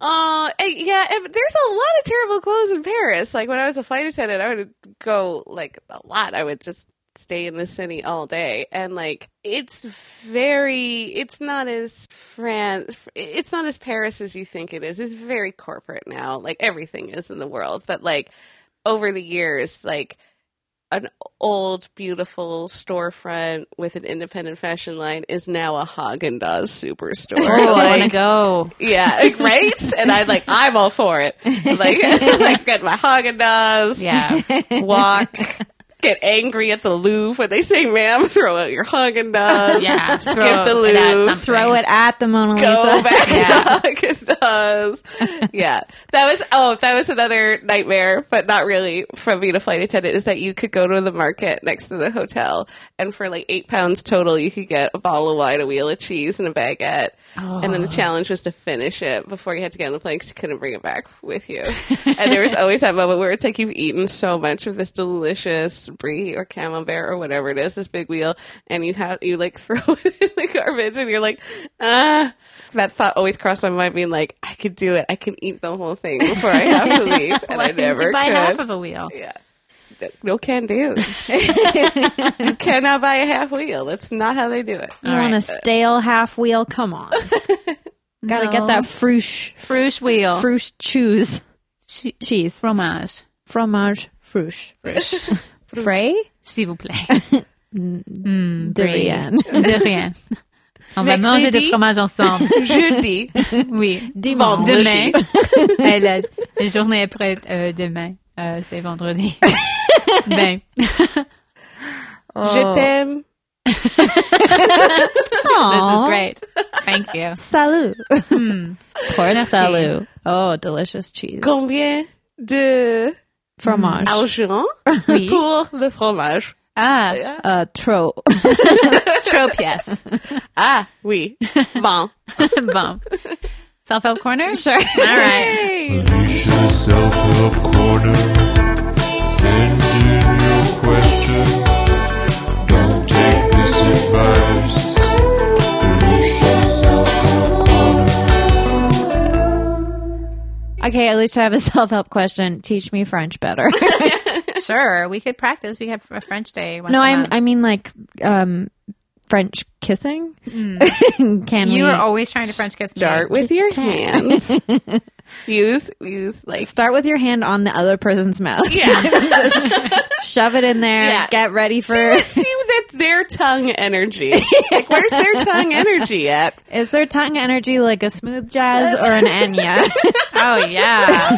S2: Oh, uh, yeah. and There's a lot of terrible clothes in Paris. Like when I was a flight attendant, I would go like a lot. I would just stay in the city all day, and like it's very, it's not as France, it's not as Paris as you think it is. It's very corporate now. Like everything is in the world, but like over the years, like an old beautiful storefront with an independent fashion line is now a Haagen Dazs superstore.
S1: Oh, I
S2: Like-
S1: want to go.
S2: yeah, like, right. And I'm like, I'm all for it. Like, like get my Haagen Dazs.
S1: Yeah.
S2: walk. Get angry at the Louvre when they say, "Ma'am, throw out your Haagen Dazs."
S1: Yeah,
S2: skip
S1: throw
S2: the
S1: it at
S2: Louvre.
S1: something.
S3: Throw it at the Mona Lisa.
S2: Go back
S1: Yeah.
S2: to Haagen Dazs. Yeah, that was oh, that was another nightmare, but not really from being a flight attendant. Is that you could go to the market next to the hotel, and for like eight pounds total, you could get a bottle of wine, a wheel of cheese, and a baguette. And
S1: Oh.
S2: then the challenge was to finish it before you had to get on the plane because you couldn't bring it back with you. and there was always that moment where it's like you've eaten so much of this delicious brie or camembert or whatever it is, this big wheel, and you have you like throw it in the garbage, and you're like, ah. That thought always crossed my mind, being like, I could do it. I can eat the whole thing before I have to leave, and
S1: Why
S2: I
S1: didn't
S2: never
S1: you buy
S2: could.
S1: half of a wheel?
S2: yeah. No can do. you cannot buy a half wheel. That's not how they do it.
S3: You
S1: All
S3: want a
S1: right.
S3: stale half wheel? Come on. Gotta
S1: No.
S3: get that fruche,
S1: Fruche wheel.
S3: fruche cheese.
S1: Che-
S3: Cheese.
S1: Fromage.
S3: Fromage fruche. Frey?
S1: S'il vous plaît.
S3: De rien.
S1: De rien. On va
S2: Mercredi.
S1: manger du fromage ensemble.
S2: Jeudi.
S1: Oui.
S3: Dimanche.
S1: Demain. Et la, la journée après euh, demain, euh, c'est vendredi. ben, Oh.
S2: Je t'aime.
S1: this is
S3: Aw.
S1: great. Thank you.
S3: Salut.
S1: Merci.
S3: Salut. Oh, delicious cheese.
S2: Combien de
S3: Fromage.
S2: Argent
S1: Oui.
S2: pour le fromage.
S1: Ah,
S3: Uh, trop.
S1: trope, yes.
S2: Ah, oui. Bon.
S1: Bump. Self-help corner? Sure. All right.
S4: Unleash the self-help corner. Send in your questions. Don't take this advice. Unleash the self-help corner.
S3: Okay, at least I have a self help question. Teach me French better.
S1: Sure. We could practice. We could have a French day. Once
S3: no,
S1: a
S3: I
S1: month.
S3: I mean like um, French kissing. Can
S1: Hmm. You
S3: we
S1: are always trying to French kiss me.
S2: Start with your hand. use, use, like,
S3: start with your hand on the other person's mouth?
S2: yeah.
S3: Shove it in there.
S2: Yeah.
S3: Get ready for.
S2: see, see, that's their tongue energy. Like, where's their tongue energy at?
S3: Is their tongue energy like a smooth jazz or an Enya?
S1: Oh yeah.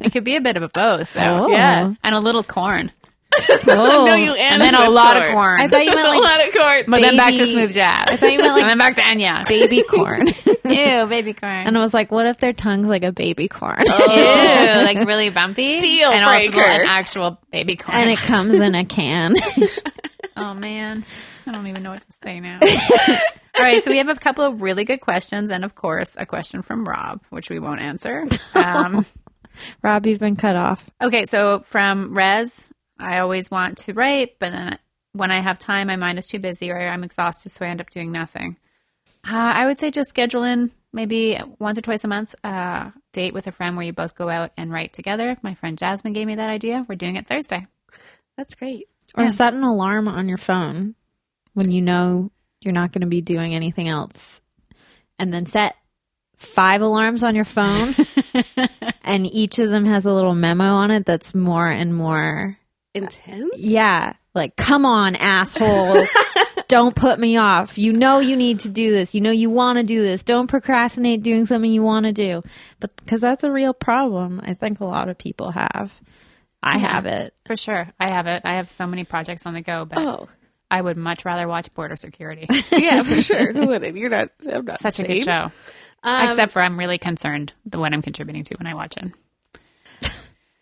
S1: it could be a bit of both. Though.
S2: Yeah.
S1: And a little corn.
S3: Oh.
S2: No, you
S1: And,
S2: and
S1: then a lot of corn.
S3: I thought you meant
S2: a
S3: like
S2: lot of corn.
S1: but then back to
S3: baby-
S1: smooth jazz.
S3: I thought you meant, like-
S1: and then back to Enya.
S3: baby corn.
S1: Ew, baby corn.
S3: and I was like, what if their tongue's like a baby corn?
S1: Oh. Ew, like really bumpy.
S2: Deal
S1: and also
S2: breaker.
S1: an actual baby corn.
S3: and it comes in a can.
S1: oh man, I don't even know what to say now. All right, so we have a couple of really good questions, and of course, a question from Rob, which we won't answer. Um,
S3: Rob, you've been cut off.
S1: Okay, so from Res, I always want to write, but then when I have time, my mind is too busy or I'm exhausted, so I end up doing nothing. Uh, I would say just schedule in maybe once or twice a month uh, date with a friend where you both go out and write together. My friend Jasmine gave me that idea. We're doing it Thursday.
S2: That's great.
S3: Or set an alarm on your phone when you know you're not going to be doing anything else. And then set five alarms on your phone. and each of them has a little memo on it that's more and more.
S2: Intense?
S3: Yeah. Like, come on, asshole. Don't put me off. You know you need to do this. You know you want to do this. Don't procrastinate doing something you want to do. But because that's a real problem, I think a lot of people have. I have it.
S1: For sure. I have it. I have so many projects on the go, but
S2: Oh.
S1: I would much rather watch Border Security.
S2: Yeah, for sure. Who wouldn't? You're not, I'm not
S1: Such a good
S2: insane.
S1: show.
S2: Um,
S1: Except for I'm really concerned the what I'm contributing to when I watch it.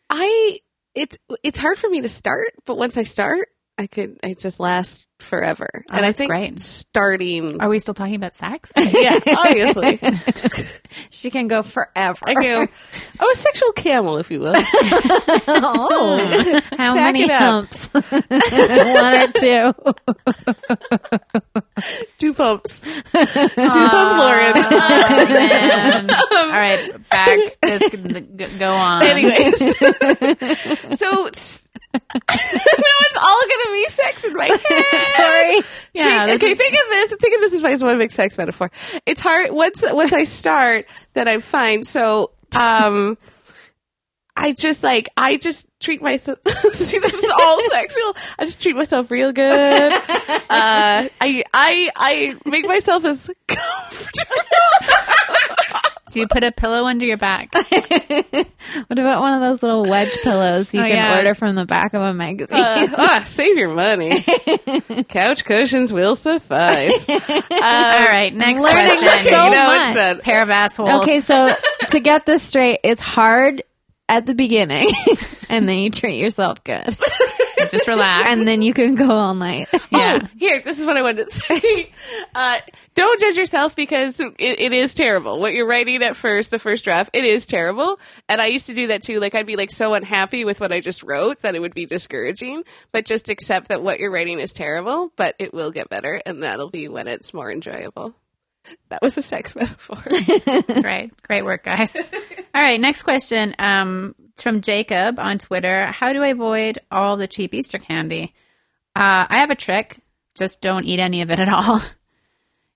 S2: I it's it's hard for me to start, but once I start, I could I just last forever. and I
S1: that's
S2: think
S1: great.
S2: starting
S1: Are we still talking about sex? Oh.
S2: yeah, obviously.
S3: She can go forever.
S2: I go oh a sexual camel, if you will.
S3: Oh, how
S2: Back
S3: many
S2: it up.
S3: humps? One or two.
S2: Two pumps. Two pump Lauren.
S1: Man. All right, back. Just g- go on.
S2: Anyways. so it's- now it's all gonna be sex in my head.
S3: Sorry.
S1: yeah,
S2: Think-
S1: this
S2: okay,
S1: is-
S2: think of this. Think of this as my one sex metaphor. It's hard once once I start that I'm fine. So um I just like I just treat myself. See, this is all sexual. I just treat myself real good. Uh, I I I make myself as comfortable.
S1: do you put a pillow under your back?
S3: Uh, What about one of those little wedge pillows you
S1: Oh,
S3: can
S1: yeah.
S3: order from the back of a magazine?
S2: Uh, ah, save your money. Couch cushions will suffice.
S1: All right, next
S3: learning
S1: question.
S3: so
S2: you know
S3: much.
S2: it's done.
S1: Pair of assholes.
S3: okay, so to get this straight, it's hard at the beginning, and then you treat yourself good,
S1: just relax.
S3: and then you can go all night.
S1: yeah.
S2: Oh, here, this is what I wanted to say. Uh, don't judge yourself because it, it is terrible. What you're writing at first, the first draft, it is terrible. And I used to do that too. Like, I'd be like so unhappy with what I just wrote that it would be discouraging. But just accept that what you're writing is terrible, but it will get better. And that'll be when it's more enjoyable. That was a sex metaphor.
S1: Great, great work, guys. All right, next question. Um, it's from Jacob on Twitter. How do I avoid all the cheap Easter candy? Uh, I have a trick. Just don't eat any of it at all.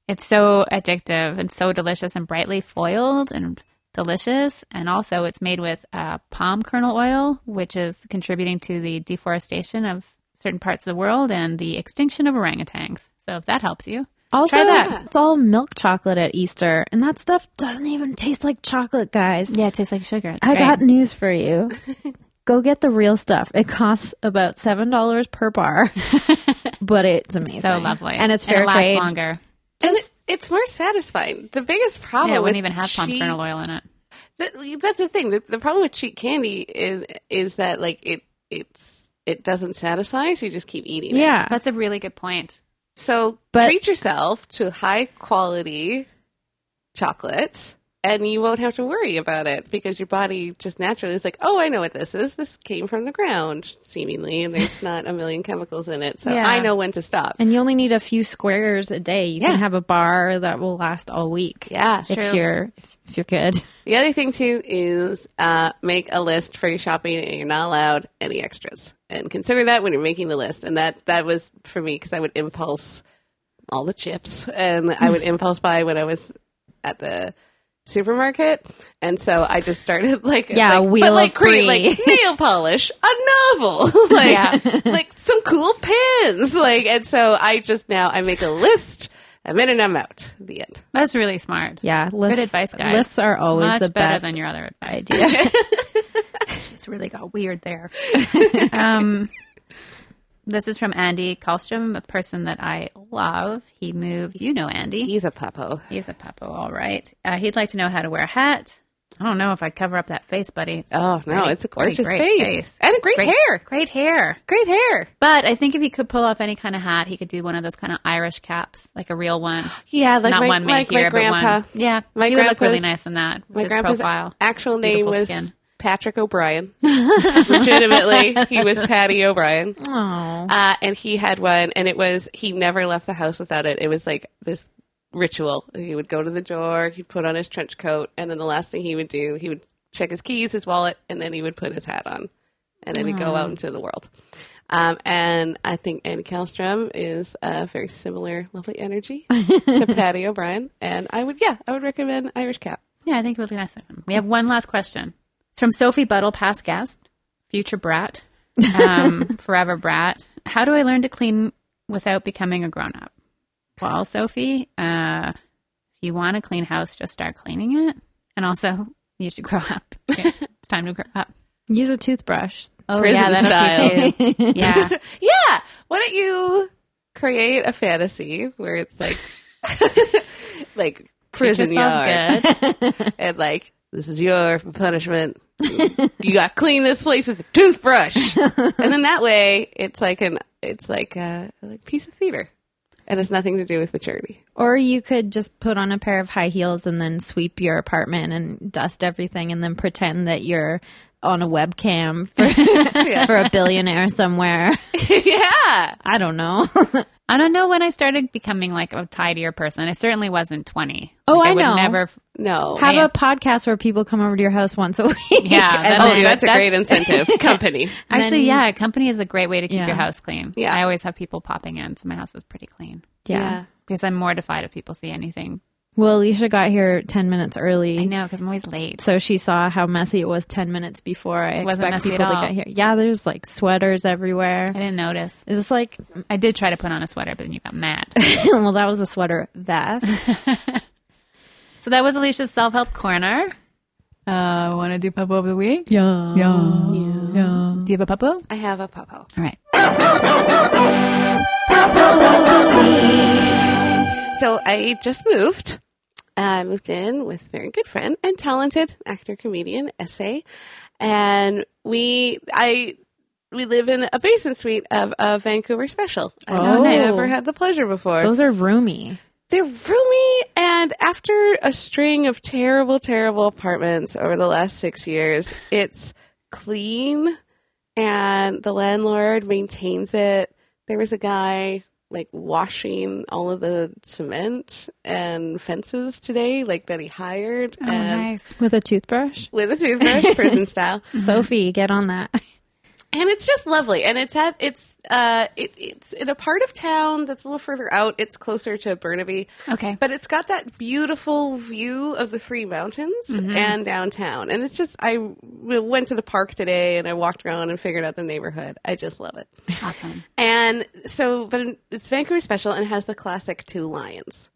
S1: It's so addictive and so delicious and brightly foiled and delicious. And also, it's made with uh, palm kernel oil, which is contributing to the deforestation of certain parts of the world and the extinction of orangutans. So, if that helps you,
S3: Also,
S1: Try that.
S3: it's all milk chocolate at Easter, and that stuff doesn't even taste like chocolate, guys.
S1: yeah, it tastes like sugar.
S3: I got news for you. Go get the real stuff. It costs about seven dollars per bar, but it's amazing.
S1: so lovely,
S3: and it's fair
S1: it lasts
S3: trade.
S1: longer.
S2: and it, it's more satisfying. The biggest problem
S1: Yeah, it wouldn't
S2: with
S1: even have palm
S2: cheap-
S1: kernel oil in it.
S2: That, that's the thing. The, the problem with cheap candy is is that like it it's it doesn't satisfy, so you just keep eating. it.
S3: Yeah.
S1: That's a really good point.
S2: So
S3: But-
S2: treat yourself to high quality chocolate, and you won't have to worry about it because your body just naturally is like, oh, I know what this is. This came from the ground, seemingly, and there's not a million chemicals in it, so
S1: Yeah.
S2: I know when to stop.
S3: And you only need a few squares a day. You
S2: Yeah.
S3: can have a bar that will last all week.
S2: Yeah.
S3: if
S1: true.
S3: you're if, if you're good.
S2: The other thing too is uh, make a list for your shopping, and you're not allowed any extras. And consider that when you're making the list. And that that was for me because I would impulse all the chips, and I would impulse buy when I was at the supermarket. And so I just started like
S3: Yeah, a
S2: like,
S3: wheel
S2: but, like,
S3: of
S2: create,
S3: brie.
S2: like nail polish, a novel, like
S1: Yeah.
S2: like some cool pins, like. And so I just now I make a list. I'm in and I'm out. The end.
S1: That's really smart.
S3: Yeah, lists,
S1: advice, guys.
S3: Lists are always
S1: Much
S3: the
S1: better
S3: best.
S1: than your other advice.
S3: idea.
S1: It's really got weird there. um, this is from Andy Kallstrom, a person that I love. He moved. You know Andy.
S2: He's a papo.
S1: He's a papa, all right. Uh, he'd like to know how to wear a hat. I don't know if I'd cover up that face, buddy. It's
S2: Oh no,
S1: pretty-
S2: it's a
S1: pretty
S2: gorgeous
S1: great
S2: face. and a great,
S1: Great
S2: hair.
S1: Great hair.
S2: Great hair.
S1: But I think if he could pull off any kind of hat, he could do one of those kind of Irish caps, like a real one.
S2: Yeah, like
S1: Not
S2: my,
S1: one made
S2: like
S1: here,
S2: my grandpa.
S1: but one. Yeah,
S2: My
S1: he would look really
S2: grandpa's-
S1: nice in that. With
S2: My
S1: his
S2: grandpa's
S1: profile.
S2: actual
S1: His
S2: name
S1: beautiful
S2: was
S1: skin.
S2: Patrick O'Brien. Legitimately, he was Patty O'Brien.
S3: Oh,
S2: Uh, and he had one, and it was he never left the house without it. It was like this ritual. He would go to the door, he'd put on his trench coat, and then the last thing he would do, he would check his keys, his wallet, and then he would put his hat on, and then he'd go out into the world. Um, and I think Anne Kalstrom is a very similar, lovely energy to Patty O'Brien. And I would, yeah, I would recommend Irish Cap.
S1: Yeah, I think it would be nice. of him. We have one last question. It's from Sophie Buttle, past guest, future brat, um, forever brat. How do I learn to clean without becoming a grown up? Well, Sophie, uh, if you want a clean house, just start cleaning it. And also, you should grow up. Okay, it's time to grow up.
S3: use a toothbrush.
S1: Oh,
S2: Prison
S1: yeah, that'll teach you. Yeah.
S2: Yeah, why don't you create a fantasy where it's like, like prison yard.
S1: Yourself good.
S2: and like this is your punishment. you got to clean this place with a toothbrush, and then that way it's like an it's like a like piece of theater, and it's nothing to do with maturity.
S3: Or you could just put on a pair of high heels and then sweep your apartment and dust everything and then pretend that you're on a webcam for, for a billionaire somewhere.
S2: yeah,
S3: I don't know.
S1: I don't know when I started becoming like a tidier person. I certainly wasn't 20.
S3: Oh,
S1: Like,
S3: I
S1: would
S3: know.
S1: never
S2: no,
S3: Have
S1: man.
S3: a podcast where people come over to your house once a week.
S1: Yeah,
S3: and
S1: that'll
S2: oh,
S1: do it.
S2: that's a great incentive. Company,
S1: Actually,
S3: then-
S1: yeah, a company is a great way to keep
S3: Yeah.
S1: your house clean.
S2: Yeah.
S1: I always have people popping in, so my house is pretty clean
S3: yeah.
S1: because I'm mortified if people see anything.
S3: Well, Alicia got here 10 minutes early.
S1: I know because I'm always late.
S3: So she saw how messy it was 10 minutes before I
S1: Wasn't
S3: expect
S1: messy at
S3: people to
S1: all.
S3: get here. Yeah, there's like sweaters everywhere.
S1: I didn't notice.
S3: It was like,
S1: I did try to put on a sweater, but then you got mad.
S3: well, that was a sweater vest.
S1: so that was Alicia's self help corner. Uh, Want to do popo of the week?
S3: Yeah.
S1: Yeah. Do you have a Oh, popo? All
S2: I have a popo.
S1: right.
S2: So I just moved. I moved in with a very good friend and talented actor comedian essay, and we I we live in a basement suite of a Vancouver special. I've
S3: Oh, nice.
S2: never had the pleasure before.
S3: Those are roomy.
S2: They're roomy, and after a string of terrible, terrible apartments over the last six years, it's clean, and the landlord maintains it. There was a guy like washing all of the cement and fences today, like that he hired,
S1: Oh,
S2: and
S1: nice.
S3: With a toothbrush?
S2: with a toothbrush, prison style
S3: Sophie, get on that.
S2: and it's just lovely and it's at it's uh it, it's in a part of town that's a little further out it's closer to burnaby
S1: Okay.
S2: but it's got that beautiful view of the three mountains and downtown and it's just i went to the park today and i walked around and figured out the neighborhood i just love it
S1: Awesome.
S2: and so but it's vancouver special and it has the classic two lions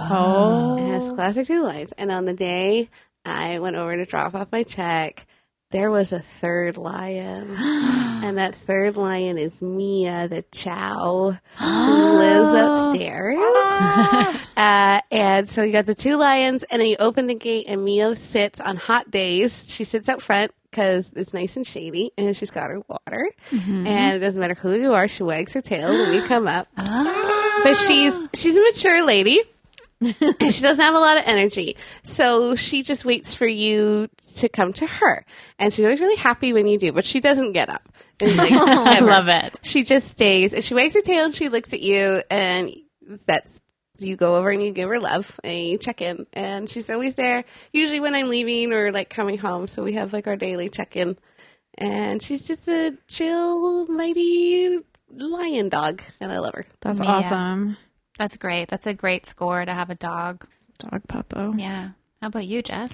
S3: Oh.
S2: it has classic two lines. And on the day I went over to drop off my check, there was a third lion. and that third lion is Mia the Chow, who lives upstairs. uh, and so you got the two lions, and then you open the gate, and Mia sits on hot days. She sits out front because it's nice and shady, and she's got her water. And it doesn't matter who you are, she wags her tail when you come up. But she's she's a mature lady. and she doesn't have a lot of energy. So she just waits for you to come to her. And she's always really happy when you do, but she doesn't get up. And, like,
S1: I
S2: ever.
S1: love it.
S2: She just stays. and She wags her tail and she looks at you, and that's you go over and you give her love and you check in. And she's always there, usually when I'm leaving or like coming home. So we have like our daily check in. And she's just a chill, mighty lion dog, and I love her.
S3: That's
S1: Mia.
S3: awesome.
S1: That's great. That's a great score to have a dog.
S3: Dog Popo.
S1: Yeah. How about you, Jess?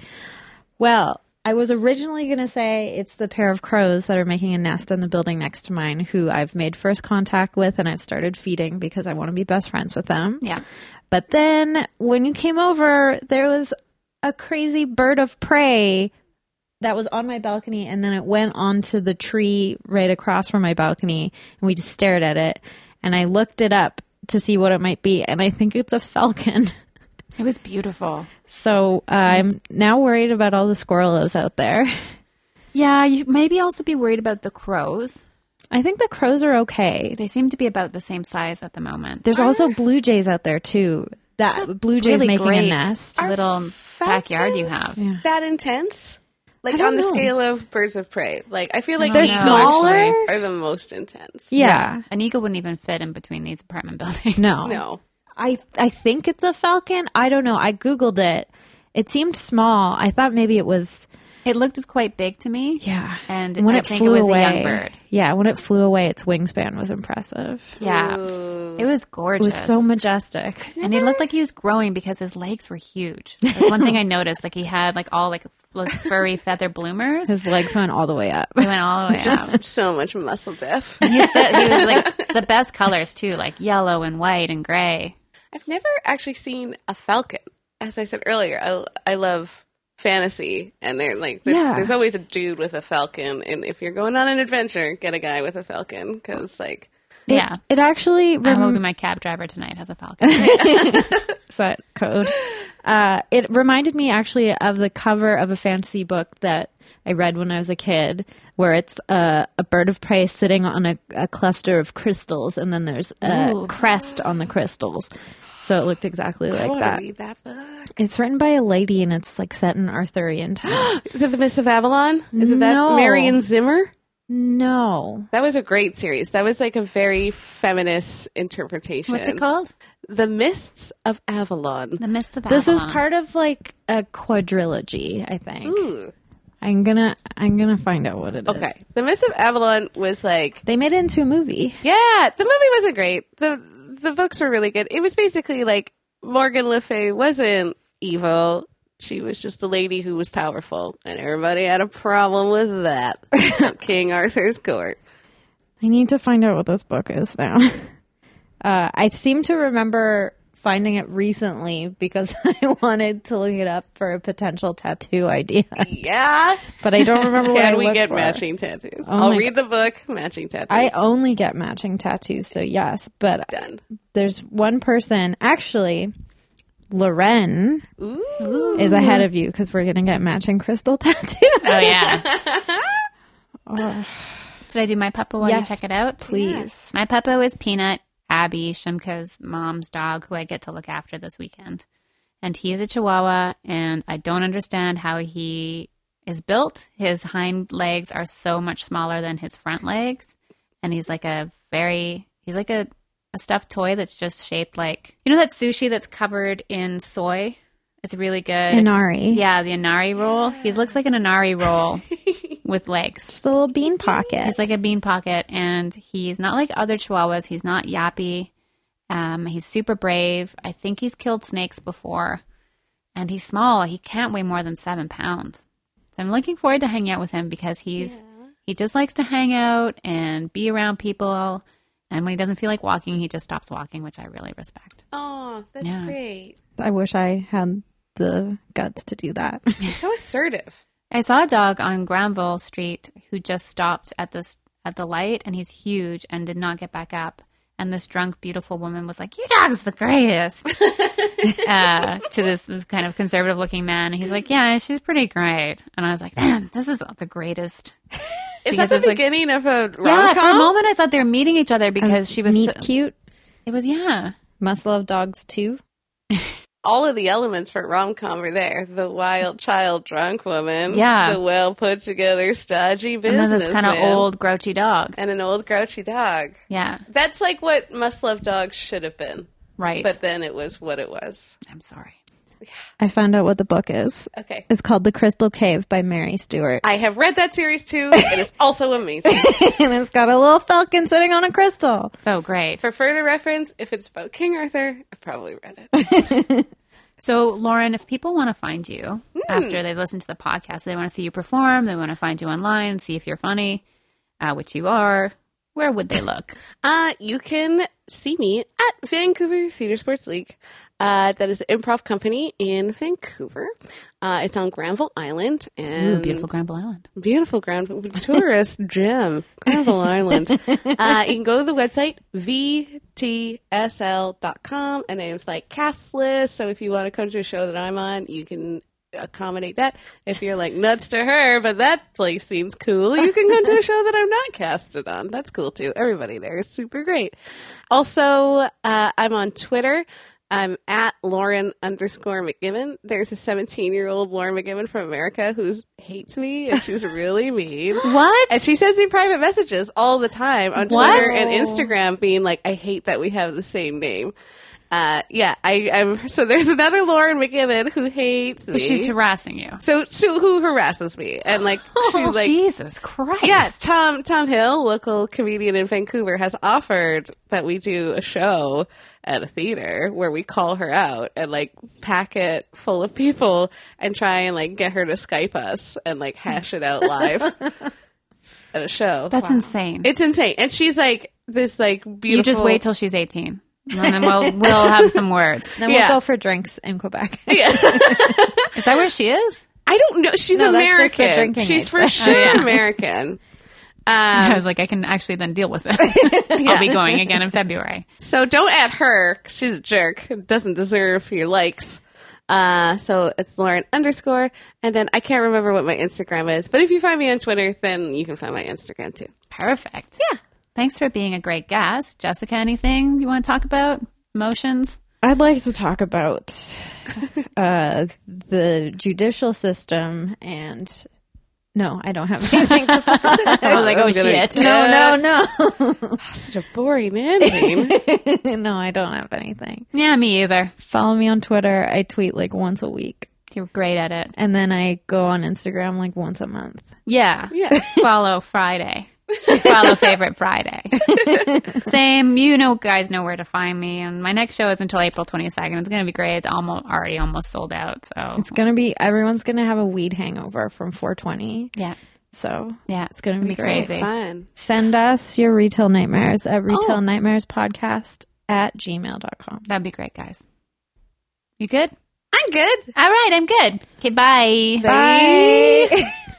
S3: Well, I was originally going to say it's the pair of crows that are making a nest in the building next to mine who I've made first contact with and I've started feeding because I want to be best friends with them.
S1: Yeah.
S3: But then when you came over, there was a crazy bird of prey that was on my balcony and then it went onto the tree right across from my balcony and we just stared at it and I looked it up to see what it might be and I think it's a falcon.
S1: It was beautiful.
S3: So uh, I'm now worried about all the squirrelos out there.
S1: Yeah, you maybe also be worried about the crows.
S3: I think the crows are okay.
S1: They seem to be about the same size at the moment.
S3: There's also blue jays out there too. That blue jays
S1: really
S3: making
S1: great
S3: a nest.
S1: little backyard you have.
S3: Yeah.
S2: That intense? Like
S3: don't
S2: on the
S3: know.
S2: scale of birds of prey. Like I feel like
S1: They're
S2: eagles
S3: smaller?
S2: are the most intense.
S3: Yeah.
S1: An eagle wouldn't even fit in between these apartment buildings.
S3: No.
S2: No.
S3: I I think it's a falcon. I don't know. I googled it. It seemed small. I thought maybe it was
S1: It looked quite big to me.
S3: yeah.
S1: And I think it was a young bird.
S3: Yeah, when it flew away, its wingspan was impressive.
S1: Yeah. It was
S3: It
S1: gorgeous.
S3: was so majestic.
S1: and he looked like he was growing because his legs were huge. That's one thing I noticed. Like he had like all like those furry feather bloomers. He
S3: His legs went all the way up.
S1: went all the way up.
S2: So much muscle depth.
S1: He said he was like the best colors too, like yellow and white and gray.
S2: I've never actually seen a falcon. As I said earlier, I, I love fantasy, and they're like there-
S3: Yeah.
S2: there's always a dude with a falcon, and if you're going on an adventure, get a guy with a falcon because like
S1: Yeah.
S3: It actually
S1: I'm
S3: rem-
S1: hoping my cab driver tonight has a falcon.
S3: is that code. Uh, it reminded me actually of the cover of a fantasy book that I read when I was a kid, where it's a, a bird of prey sitting on a, a cluster of crystals, and then there's a
S1: Ooh.
S3: crest on the crystals. So it looked exactly
S2: I
S3: like
S2: want to
S3: that.
S2: read that book.
S3: It's written by a lady, and it's like set in Arthurian times.
S2: Is it the Mists of Avalon? Is it that
S3: No.
S2: Marion Zimmer?
S3: no,
S2: That was a great series. That was like a very feminist interpretation.
S1: What's it called?
S2: The Mists of Avalon.
S1: The Mists of
S3: this is
S2: Uh-huh.
S1: Avalon.
S3: part of like a quadrilogy. I think
S2: Ooh.
S3: I'm gonna I'm gonna find out what it is.
S2: Okay, The Mists of Avalon was like
S3: They made it into a movie.
S2: Yeah, the movie wasn't great. the The books were really good. It was basically like Morgan Le Fay wasn't evil. She was just a lady who was powerful, and everybody had a problem with that. at King Arthur's court.
S3: I need to find out what this book is now. Uh, I seem to remember finding it recently because I wanted to look it up for a potential tattoo idea,
S2: Yeah,
S3: but I don't remember what I
S2: can we
S3: looked
S2: get
S3: for.
S2: matching tattoos?
S3: my
S2: I'll read the book. Matching tattoos.
S3: I only get matching tattoos, so yes. But
S2: Done.
S3: there's one person, actually, Loren
S2: Ooh,
S3: is ahead of you because we're gonna get matching crystal tattoos.
S1: Oh yeah.
S3: Oh.
S1: Should I do my puppo while
S3: Yes,
S1: you check it out?
S3: please.
S1: My puppo is Peanut, Abby, Shimka's mom's dog, who I get to look after this weekend. And he is a chihuahua, and I don't understand how he is built. His hind legs are so much smaller than his front legs. And he's like a very, he's like a, a stuffed toy that's just shaped like, you know, that sushi that's covered in soy? It's really good.
S3: Inari,
S1: Yeah, the Anari roll. He looks like an Anari roll with legs.
S3: just a little bean pocket.
S1: It's like a bean pocket, and he's not like other Chihuahuas. He's not yappy. Um, he's super brave. I think he's killed snakes before, and he's small. He can't weigh more than seven pounds. So I'm looking forward to hanging out with him because he's he just likes to hang out and be around people. And when he doesn't feel like walking, he just stops walking, which I really respect.
S2: oh, that's
S1: Yeah.
S2: great.
S3: I wish I had the guts to do that.
S2: It's so assertive.
S1: I saw a dog on Granville Street who just stopped at this at the light, and he's huge and did not get back up. And this drunk, beautiful woman was like, "Your dog's the greatest," uh, to this kind of conservative-looking man. And he's like, "Yeah, she's pretty great." And I was like, "Man, this is the greatest."
S2: Is
S1: Because
S2: that
S1: it's
S2: the
S1: like-
S2: beginning of a rom com?
S1: Yeah, for a moment, I thought they were meeting each other because she was.
S3: Um, Meet
S1: So,
S3: cute.
S1: it was yeah.
S3: Must love dogs too.
S2: all of the elements for rom com are there. The wild child drunk woman.
S1: Yeah.
S2: The well put together stodgy
S1: And
S2: business.
S1: then this kind of old, grouchy dog.
S2: and an old grouchy dog.
S1: Yeah,
S2: That's like what must love dogs should have been.
S1: right.
S2: But then it was what it was.
S1: I'm sorry.
S3: I found out what the book is.
S2: Okay.
S3: It's called The Crystal Cave by Mary Stewart.
S2: I have read that series too. It is also amazing.
S3: and it's got a little falcon sitting on a crystal.
S1: So great.
S2: For further reference, if it's about King Arthur, I've probably read it.
S1: So, Lauren, if people want to find you
S2: Hmm.
S1: after they listen to the podcast, they want to see you perform, they want to find you online and see if you're funny, uh, which you are, where would they look?
S2: Uh, you can see me at Vancouver Theatre Sports League. Uh, that is an improv company in Vancouver. Uh, it's on Granville Island and
S1: Ooh, beautiful Granville Island.
S2: beautiful Granville tourist gem, Granville Island. Uh, you can go to the website vtsl.com and it's like cast list. So if you want to come to a show that I'm on, you can accommodate that. If you're like nuts to her, but that place seems cool, you can come to a show that I'm not casted on. That's cool too. Everybody there is super great. Also, uh, I'm on Twitter. I'm at Lauren underscore McGibbon. There's a 17 year old Lauren McGibbon from America who hates me and she's really mean.
S1: What?
S2: And she sends me private messages all the time on
S1: What?
S2: Twitter and Instagram being like, I hate that we have the same name. Uh, yeah, I, I'm, so there's another Lauren McGibbon who hates me.
S1: She's harassing you. Oh,
S2: so, so who harasses me and like, she's like,
S1: Jesus Christ.
S2: Yes, Tom Tom Hill, local comedian in Vancouver, has offered that we do a show at a theater where we call her out and like pack it full of people and try and like get her to Skype us and like hash it out live at a show.
S1: That's insane.
S2: it's insane, and she's like this like beautiful.
S1: You just wait till she's 18, and then we'll, we'll have some words.
S3: Then
S2: Yeah.
S3: we'll go for drinks in Quebec.
S1: Is that where she is?
S2: I don't know. She's
S3: No, that's
S2: American.
S3: just the drinking
S2: she's
S3: age,
S2: for
S3: though.
S2: sure
S1: Oh, yeah.
S2: American. Um,
S1: I was like, I can actually then deal with this. I'll be going again in February.
S2: So don't at her. 'cause She's a jerk. Doesn't deserve your likes. Uh, so it's Lauren underscore. And then I can't remember what my Instagram is. But if you find me on Twitter, then you can find my Instagram too.
S1: Perfect. Yeah. Thanks for being a great guest. Jessica, anything you want to talk about? Emotions?
S3: I'd like to talk about uh, the judicial system and. No, I don't have anything to
S1: I was like, oh,
S2: gonna-
S1: shit.
S3: No, no,
S2: Such a boring ending.
S3: no. no, I don't have anything.
S1: Yeah, me either.
S3: Follow me on Twitter. I tweet like once a week.
S1: You're great at it.
S3: And then I go on Instagram like once a month.
S1: Yeah.
S2: yeah.
S1: Follow Friday. Follow favorite Friday. Same. You know, guys know where to find me. And my next show is until April 22nd. It's going to be great. It's almost already almost sold out. So,
S3: It's gonna be everyone's gonna have a weed hangover from 420.
S1: yeah.
S3: So
S1: Yeah.
S3: it's gonna be, great.
S1: crazy.
S2: Fun.
S3: Send us your retail nightmares at retail nightmares podcast at gmail.com.
S1: That'd be great, guys. You good?
S2: I'm good.
S1: All right. I'm good. Okay. Bye.
S2: Bye.